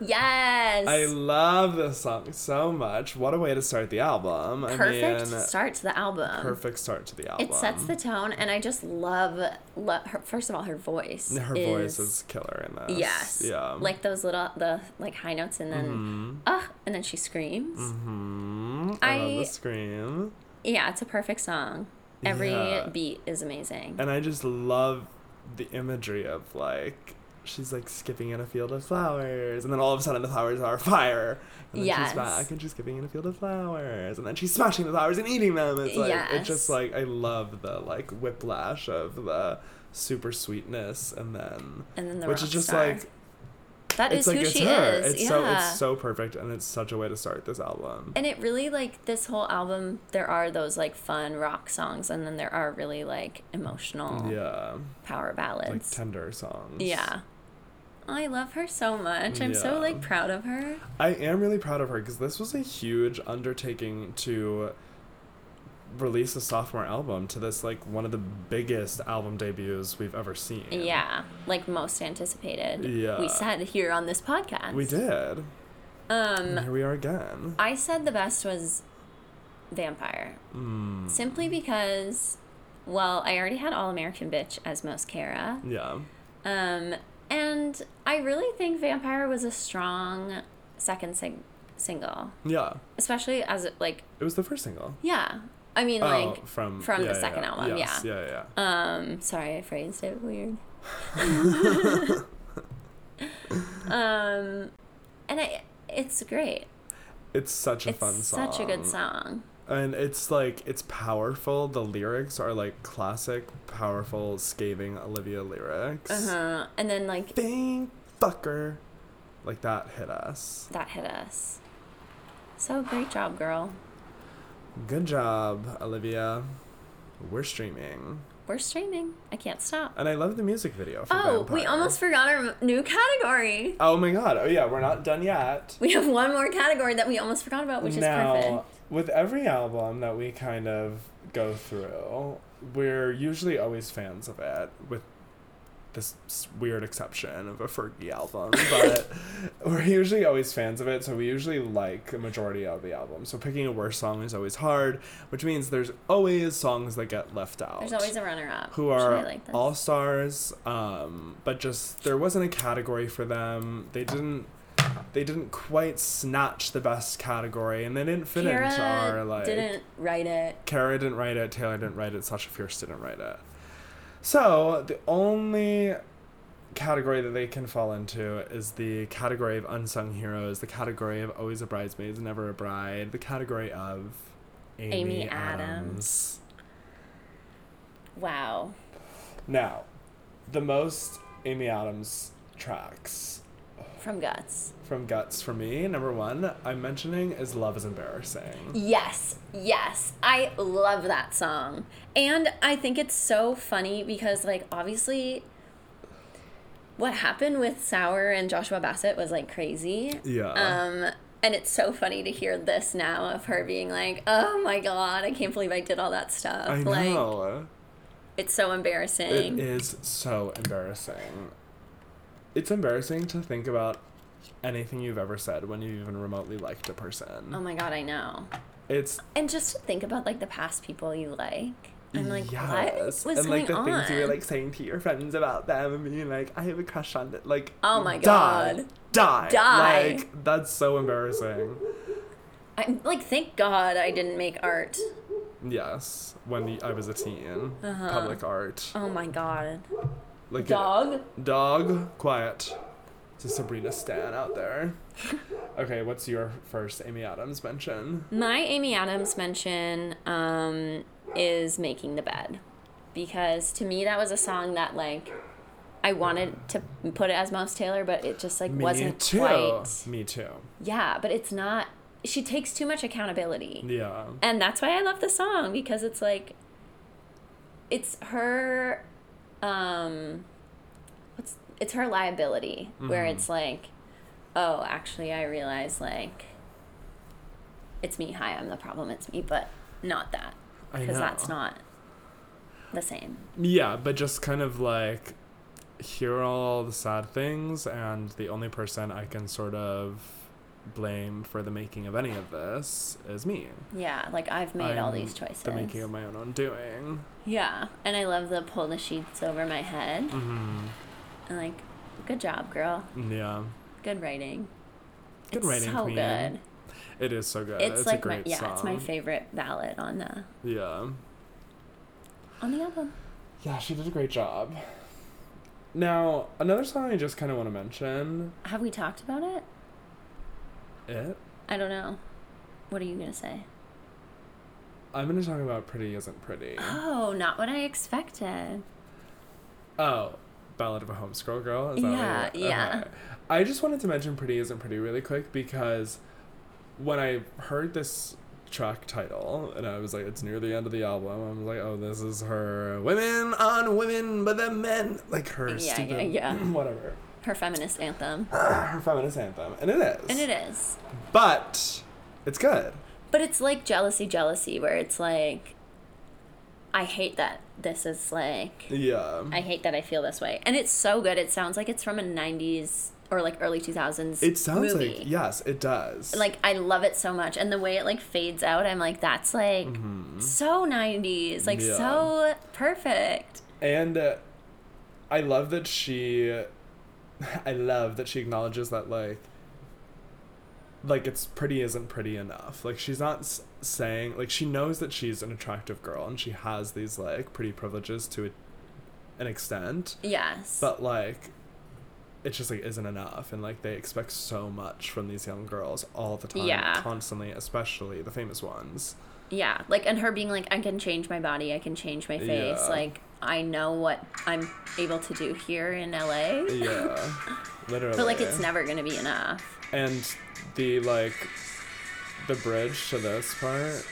[SPEAKER 2] Yes.
[SPEAKER 1] I love this song so much. What a way to start the album.
[SPEAKER 2] perfect
[SPEAKER 1] I mean,
[SPEAKER 2] start to the album.
[SPEAKER 1] perfect start to the album.
[SPEAKER 2] It sets the tone, and I just love, love her. First of all, her voice.
[SPEAKER 1] Her voice is killer in this.
[SPEAKER 2] Yes.
[SPEAKER 1] Yeah.
[SPEAKER 2] Like those little the like high notes and then
[SPEAKER 1] Mhm.
[SPEAKER 2] ah and then she screams.
[SPEAKER 1] Mm. Mhm. I, love
[SPEAKER 2] I-
[SPEAKER 1] the scream.
[SPEAKER 2] Yeah, it's a perfect song. Every
[SPEAKER 1] Yeah.
[SPEAKER 2] beat is amazing.
[SPEAKER 1] And I just love the imagery of like she's like skipping in a field of flowers, and then all of a sudden the flowers are fire. And then
[SPEAKER 2] Yes.
[SPEAKER 1] she's back and she's skipping in a field of flowers, and then she's smashing the flowers and eating them. It's like it's
[SPEAKER 2] Yes.
[SPEAKER 1] just like I love the like whiplash of the super sweetness, and then
[SPEAKER 2] And then the
[SPEAKER 1] which
[SPEAKER 2] rock
[SPEAKER 1] is just
[SPEAKER 2] star.
[SPEAKER 1] like
[SPEAKER 2] that is
[SPEAKER 1] it's like
[SPEAKER 2] who
[SPEAKER 1] it's
[SPEAKER 2] she
[SPEAKER 1] her.
[SPEAKER 2] is.
[SPEAKER 1] It's
[SPEAKER 2] yeah.
[SPEAKER 1] so it's so perfect, and it's such a way to start this album.
[SPEAKER 2] and it really like this whole album. There are those like fun rock songs, and then there are really like emotional
[SPEAKER 1] yeah,
[SPEAKER 2] power
[SPEAKER 1] like
[SPEAKER 2] ballads.
[SPEAKER 1] tender songs.
[SPEAKER 2] yeah, I love her so much. I'm so
[SPEAKER 1] Yeah.
[SPEAKER 2] like proud of her.
[SPEAKER 1] I am really proud of her because this was a huge undertaking to release a sophomore album to this like one of the biggest album debuts we've ever seen.
[SPEAKER 2] Yeah, like most anticipated.
[SPEAKER 1] Yeah.
[SPEAKER 2] we said here on this podcast.
[SPEAKER 1] We did.
[SPEAKER 2] Um,
[SPEAKER 1] And here we are again.
[SPEAKER 2] I said the best was Vampire.
[SPEAKER 1] Hmm.
[SPEAKER 2] Simply because, well, I already had All American Bitch as Moscara.
[SPEAKER 1] Yeah.
[SPEAKER 2] Um, and I really think Vampire was a strong second sing- single,
[SPEAKER 1] Yeah.
[SPEAKER 2] especially as, it, like,
[SPEAKER 1] It was the first single.
[SPEAKER 2] yeah. I mean, like,
[SPEAKER 1] oh, from
[SPEAKER 2] from the
[SPEAKER 1] yeah, yeah,
[SPEAKER 2] second
[SPEAKER 1] yeah.
[SPEAKER 2] album,
[SPEAKER 1] Yes,
[SPEAKER 2] yeah.
[SPEAKER 1] Yeah, yeah.
[SPEAKER 2] um, sorry, I phrased it weird. um, and I, it's great.
[SPEAKER 1] It's such a
[SPEAKER 2] It's
[SPEAKER 1] fun song.
[SPEAKER 2] such a good song.
[SPEAKER 1] And it's like it's powerful. The lyrics are like classic, powerful, scathing Olivia lyrics.
[SPEAKER 2] Uh-huh. And then like
[SPEAKER 1] Bang fucker. Like that hit us.
[SPEAKER 2] that hit us. So great job, girl.
[SPEAKER 1] Good job, Olivia. We're streaming.
[SPEAKER 2] We're streaming. I can't stop.
[SPEAKER 1] And I love the music video Uh, for
[SPEAKER 2] Oh, we
[SPEAKER 1] Vampire.
[SPEAKER 2] almost forgot our m- new category.
[SPEAKER 1] Oh my god. Oh yeah, we're not done yet.
[SPEAKER 2] We have one more category that we almost forgot about, which is
[SPEAKER 1] now,
[SPEAKER 2] perfect.
[SPEAKER 1] with every album that we kind of go through, we're usually always fans of it, with this s- weird exception of a Fergie album. But we're usually always fans of it, so we usually like a majority of the album. So picking a worse song is always hard, which means there's always songs that get left out.
[SPEAKER 2] There's always a runner-up.
[SPEAKER 1] uh, who
[SPEAKER 2] Should I
[SPEAKER 1] are
[SPEAKER 2] like this?
[SPEAKER 1] all stars um, but just there wasn't a category for them they didn't they didn't quite snatch the best category and they didn't fit into our
[SPEAKER 2] Kara
[SPEAKER 1] like
[SPEAKER 2] didn't write it.
[SPEAKER 1] Kara didn't write it Taylor didn't write it Sasha Fierce didn't write it so the only category that they can fall into is the category of unsung heroes the category of always a bridesmaid never a bride the category of Amy,
[SPEAKER 2] Amy
[SPEAKER 1] Adams.
[SPEAKER 2] Adams. Wow.
[SPEAKER 1] Now, the most Amy Adams tracks
[SPEAKER 2] From guts.
[SPEAKER 1] from Guts for me, number one, I'm mentioning is Love is Embarrassing.
[SPEAKER 2] Yes, yes. I love that song. And I think it's so funny because, like, obviously, what happened with Sour and Joshua Bassett was, like, crazy.
[SPEAKER 1] Yeah.
[SPEAKER 2] Um, and it's so funny to hear this now of her being like, oh my God, I can't believe I did all that stuff.
[SPEAKER 1] I
[SPEAKER 2] like,
[SPEAKER 1] know.
[SPEAKER 2] it's so
[SPEAKER 1] It
[SPEAKER 2] embarrassing.
[SPEAKER 1] is so embarrassing. It's embarrassing to think about anything you've ever said when you even remotely liked a person.
[SPEAKER 2] oh my God, I know.
[SPEAKER 1] it's
[SPEAKER 2] And just to think about, like, the past people you like. I'm like,
[SPEAKER 1] yes.
[SPEAKER 2] what was
[SPEAKER 1] and
[SPEAKER 2] going
[SPEAKER 1] like the
[SPEAKER 2] on?
[SPEAKER 1] things you were like saying to your friends about them and being like, I have a crush on it. Like,
[SPEAKER 2] Oh my
[SPEAKER 1] die,
[SPEAKER 2] God.
[SPEAKER 1] die,
[SPEAKER 2] Die.
[SPEAKER 1] Like that's so embarrassing.
[SPEAKER 2] I'm like, thank God I didn't make art
[SPEAKER 1] Yes, when I was a teen.
[SPEAKER 2] Uh-huh.
[SPEAKER 1] Public art.
[SPEAKER 2] Oh my god.
[SPEAKER 1] Like it-
[SPEAKER 2] Dog?
[SPEAKER 1] Dog, quiet. It's a Sabrina Stan out there. okay, what's your first Amy Adams mention?
[SPEAKER 2] My Amy Adams mention um, is Making the Bed. Because to me, that was a song that, like, I wanted to put it as Mouse Taylor, but it just, like, wasn't
[SPEAKER 1] too.
[SPEAKER 2] quite.
[SPEAKER 1] Me too.
[SPEAKER 2] Yeah, but it's not. She takes too much accountability.
[SPEAKER 1] Yeah.
[SPEAKER 2] And that's why I love the song because it's like it's her um what's it's her liability where
[SPEAKER 1] Mm-hmm.
[SPEAKER 2] it's like oh, actually I realize like it's me, hi, I'm the problem, it's me, but not that
[SPEAKER 1] I know.
[SPEAKER 2] because that's not the same.
[SPEAKER 1] Yeah, but just kind of like here are all the sad things, and the only person I can sort of blame for the making of any of this is me.
[SPEAKER 2] Yeah, like I've made all
[SPEAKER 1] I'm
[SPEAKER 2] these choices.
[SPEAKER 1] The making of my own undoing.
[SPEAKER 2] yeah, and I love the pull the sheets over my head
[SPEAKER 1] hmm
[SPEAKER 2] and like good job, girl.
[SPEAKER 1] Yeah.
[SPEAKER 2] Good writing.
[SPEAKER 1] Good
[SPEAKER 2] it's
[SPEAKER 1] writing,
[SPEAKER 2] so
[SPEAKER 1] queen.
[SPEAKER 2] good.
[SPEAKER 1] It is so good.
[SPEAKER 2] it's,
[SPEAKER 1] Uh, It's,
[SPEAKER 2] like
[SPEAKER 1] a great
[SPEAKER 2] my yeah,
[SPEAKER 1] song.
[SPEAKER 2] it's my favorite ballad on the
[SPEAKER 1] Yeah.
[SPEAKER 2] on the album.
[SPEAKER 1] Yeah, she did a great job. Now, another song I just kind of want to mention
[SPEAKER 2] Have we talked about it?
[SPEAKER 1] it.
[SPEAKER 2] I don't know. What are you gonna say?
[SPEAKER 1] I'm going to talk about Pretty Isn't Pretty.
[SPEAKER 2] Oh, not what I expected.
[SPEAKER 1] Oh, Ballad of a Homeschool Girl. Is that
[SPEAKER 2] Yeah,
[SPEAKER 1] what it-
[SPEAKER 2] yeah.
[SPEAKER 1] okay. I just wanted to mention Pretty Isn't Pretty really quick because when I heard this track title and I was like, it's near the end of the album, I was like, oh, this is her women on women, but the men like her
[SPEAKER 2] Yeah, yeah,
[SPEAKER 1] stupid
[SPEAKER 2] yeah.
[SPEAKER 1] whatever
[SPEAKER 2] Her feminist anthem.
[SPEAKER 1] her feminist anthem, and it is.
[SPEAKER 2] And it is.
[SPEAKER 1] But it's good.
[SPEAKER 2] But it's like jealousy jealousy where it's like I hate that this is like
[SPEAKER 1] Yeah.
[SPEAKER 2] I hate that I feel this way. And it's so good. It sounds like it's from a nineties or like early two thousands.
[SPEAKER 1] It sounds like yes, it does.
[SPEAKER 2] like I love it so much, and the way it like fades out, I'm like, that's like so '90s, like
[SPEAKER 1] Mm-hmm. Yeah.
[SPEAKER 2] so perfect.
[SPEAKER 1] and uh, I love that she, I love that she acknowledges that like, like it's pretty isn't pretty enough. Like she's not s- saying like she knows that she's an attractive girl and she has these like pretty privileges to a, an extent,
[SPEAKER 2] Yes.
[SPEAKER 1] but like. It's just like isn't enough, and like they expect so much from these young girls all the time,
[SPEAKER 2] Yeah.
[SPEAKER 1] constantly, especially the famous ones.
[SPEAKER 2] yeah, like and her being like, I can change my body, I can change my face,
[SPEAKER 1] Yeah.
[SPEAKER 2] like I know what I'm able to do here in LA,
[SPEAKER 1] Yeah, literally.
[SPEAKER 2] but like it's never gonna be enough.
[SPEAKER 1] And the like, the bridge to this part.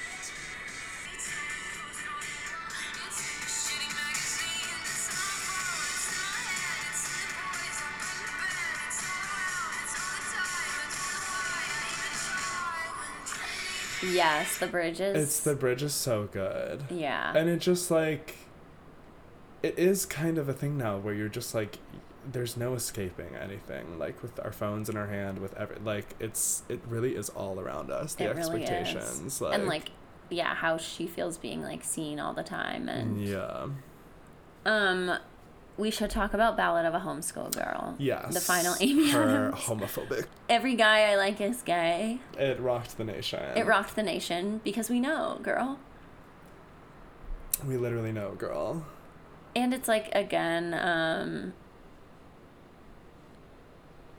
[SPEAKER 2] Yes, the bridges.
[SPEAKER 1] It's the bridge is so good,
[SPEAKER 2] yeah.
[SPEAKER 1] and it just like, it is kind of a thing now where you're just like, there's no escaping anything. Like with our phones in our hand, with every like, it's it really is all around us. The
[SPEAKER 2] it really
[SPEAKER 1] expectations,
[SPEAKER 2] is.
[SPEAKER 1] like,
[SPEAKER 2] and like, yeah, how she feels being like seen all the time, and
[SPEAKER 1] yeah,
[SPEAKER 2] Um, we should talk about Ballad of a Homeschool Girl.
[SPEAKER 1] yes,
[SPEAKER 2] The final Amy
[SPEAKER 1] her
[SPEAKER 2] Adams.
[SPEAKER 1] homophobic.
[SPEAKER 2] Every guy I like is gay.
[SPEAKER 1] It rocked the nation.
[SPEAKER 2] It rocked the nation because we know, girl.
[SPEAKER 1] We literally know, girl.
[SPEAKER 2] And it's like again, um,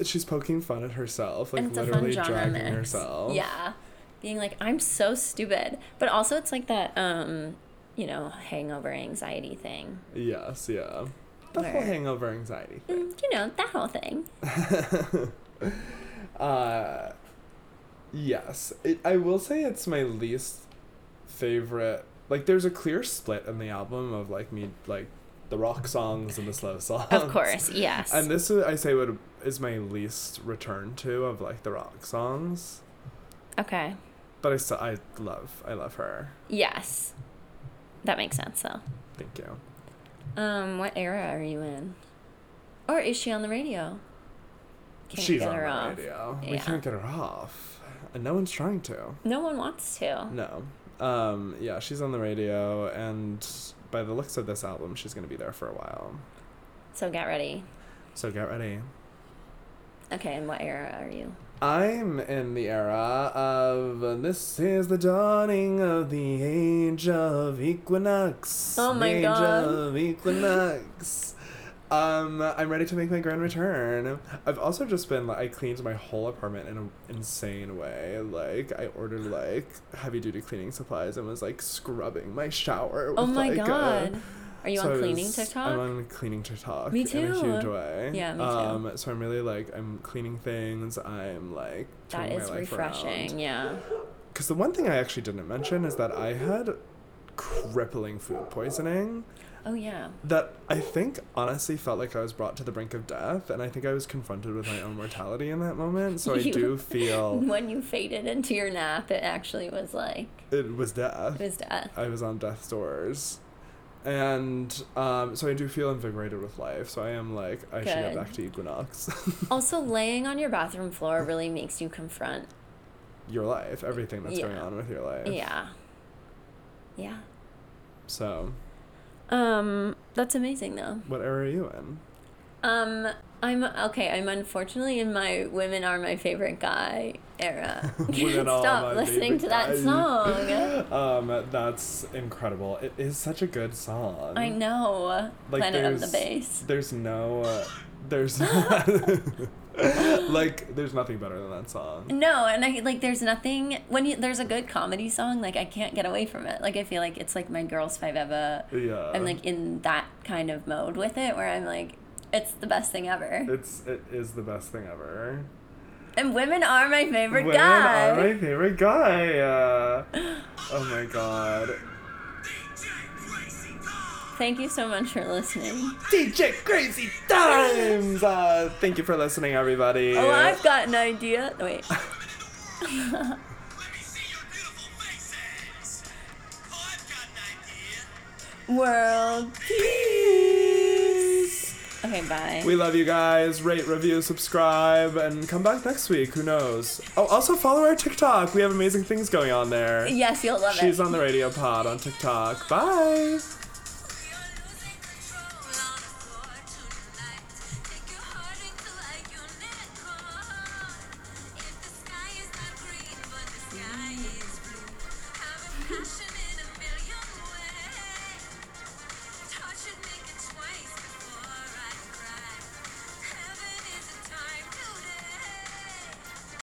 [SPEAKER 1] she's poking fun at herself, like
[SPEAKER 2] and it's a fun
[SPEAKER 1] literally
[SPEAKER 2] genre
[SPEAKER 1] dragging
[SPEAKER 2] mix.
[SPEAKER 1] herself.
[SPEAKER 2] Yeah, being like I'm so stupid, but also it's like that, um, you know, hangover anxiety thing.
[SPEAKER 1] Yes, yeah. The whole
[SPEAKER 2] Where-
[SPEAKER 1] hangover anxiety thing.
[SPEAKER 2] Mm, You know that whole thing.
[SPEAKER 1] Uh, yes, it, I will say it's my least favorite. Like, there's a clear split in the album of like me, like the rock songs and the slow songs.
[SPEAKER 2] Of course, yes.
[SPEAKER 1] Um, And this is, I say would is my least return to of like the rock songs,
[SPEAKER 2] okay.
[SPEAKER 1] but I still I love I love her.
[SPEAKER 2] Yes, that makes sense though.
[SPEAKER 1] Thank you.
[SPEAKER 2] Um, what era are you in? Or is she on the radio? Can't
[SPEAKER 1] She's
[SPEAKER 2] get
[SPEAKER 1] on
[SPEAKER 2] her
[SPEAKER 1] the
[SPEAKER 2] off.
[SPEAKER 1] radio. We
[SPEAKER 2] Yeah. Uh-huh.
[SPEAKER 1] can't get her off, and no one's trying to.
[SPEAKER 2] No one wants to.
[SPEAKER 1] No. Um, yeah, she's on the radio, and by the looks of this album, she's going to be there for a while.
[SPEAKER 2] So get ready.
[SPEAKER 1] So get ready.
[SPEAKER 2] Okay, and what era are you?
[SPEAKER 1] I'm in the era of this is the dawning of the age of equinox.
[SPEAKER 2] Oh my
[SPEAKER 1] the age
[SPEAKER 2] God.
[SPEAKER 1] of equinox. um, I'm ready to make my grand return. I've also just been like I cleaned my whole apartment in an insane way. Like I ordered like heavy duty cleaning supplies and was like scrubbing my shower. With,
[SPEAKER 2] Oh my
[SPEAKER 1] like, uh, a-
[SPEAKER 2] god. Are you
[SPEAKER 1] so I
[SPEAKER 2] on cleaning
[SPEAKER 1] was-
[SPEAKER 2] TikTok?
[SPEAKER 1] I'm on cleaning TikTok.
[SPEAKER 2] Me
[SPEAKER 1] In a huge
[SPEAKER 2] too.
[SPEAKER 1] way.
[SPEAKER 2] Yeah, me too.
[SPEAKER 1] Um, so I'm really like I'm cleaning things. I'm like
[SPEAKER 2] that
[SPEAKER 1] turning my
[SPEAKER 2] is
[SPEAKER 1] life
[SPEAKER 2] refreshing. Yeah.
[SPEAKER 1] Because the one thing I actually didn't mention is that I had crippling food poisoning
[SPEAKER 2] Oh yeah.
[SPEAKER 1] that I think honestly felt like I was brought to the brink of death, and I think I was confronted with my own mortality in that moment. So I
[SPEAKER 2] You-
[SPEAKER 1] do feel
[SPEAKER 2] When you faded into your nap, it actually was like
[SPEAKER 1] it was death.
[SPEAKER 2] it was death.
[SPEAKER 1] I was on death's doors. And um, so I do feel invigorated with life. So I am like, I should get
[SPEAKER 2] Good. Oh.
[SPEAKER 1] back to Equinox.
[SPEAKER 2] Also, laying on your bathroom floor really makes you confront.
[SPEAKER 1] your life, everything that's
[SPEAKER 2] Yeah.
[SPEAKER 1] going on with your life.
[SPEAKER 2] Yeah. Yeah.
[SPEAKER 1] So,
[SPEAKER 2] Um, that's amazing though.
[SPEAKER 1] what era are you in?
[SPEAKER 2] Um, I'm okay. I'm unfortunately in my "Women Are My Favorite Guy" era.
[SPEAKER 1] Women are my
[SPEAKER 2] Stop listening
[SPEAKER 1] favorite
[SPEAKER 2] to
[SPEAKER 1] guy.
[SPEAKER 2] that song.
[SPEAKER 1] Um, that's incredible. It is such a good song.
[SPEAKER 2] I know.
[SPEAKER 1] Like,
[SPEAKER 2] Planet of the
[SPEAKER 1] there's-
[SPEAKER 2] Bass.
[SPEAKER 1] There's no, uh, there's like, there's nothing better than that song.
[SPEAKER 2] No, and I like. There's nothing when you, there's a good comedy song. Like I can't get away from it. Like I feel like it's like my girls five ever.
[SPEAKER 1] Yeah.
[SPEAKER 2] I'm like in that kind of mode with it, where I'm like, it's the best thing ever.
[SPEAKER 1] it's it is the best thing ever.
[SPEAKER 2] And women are my favorite
[SPEAKER 1] Women
[SPEAKER 2] guy.
[SPEAKER 1] are my favorite guy. Uh, oh my god.
[SPEAKER 2] Thank you so much for listening.
[SPEAKER 1] DJ Crazy Times! Uh, thank you for listening, everybody.
[SPEAKER 2] Oh, I've got an idea. Wait. World peace. Okay, bye.
[SPEAKER 1] We love you guys. Rate, review, subscribe, and come back next week. Who knows? Oh, also follow our TikTok. We have amazing things going on there.
[SPEAKER 2] yes, you'll love it.
[SPEAKER 1] She's on the radio pod on TikTok. Bye.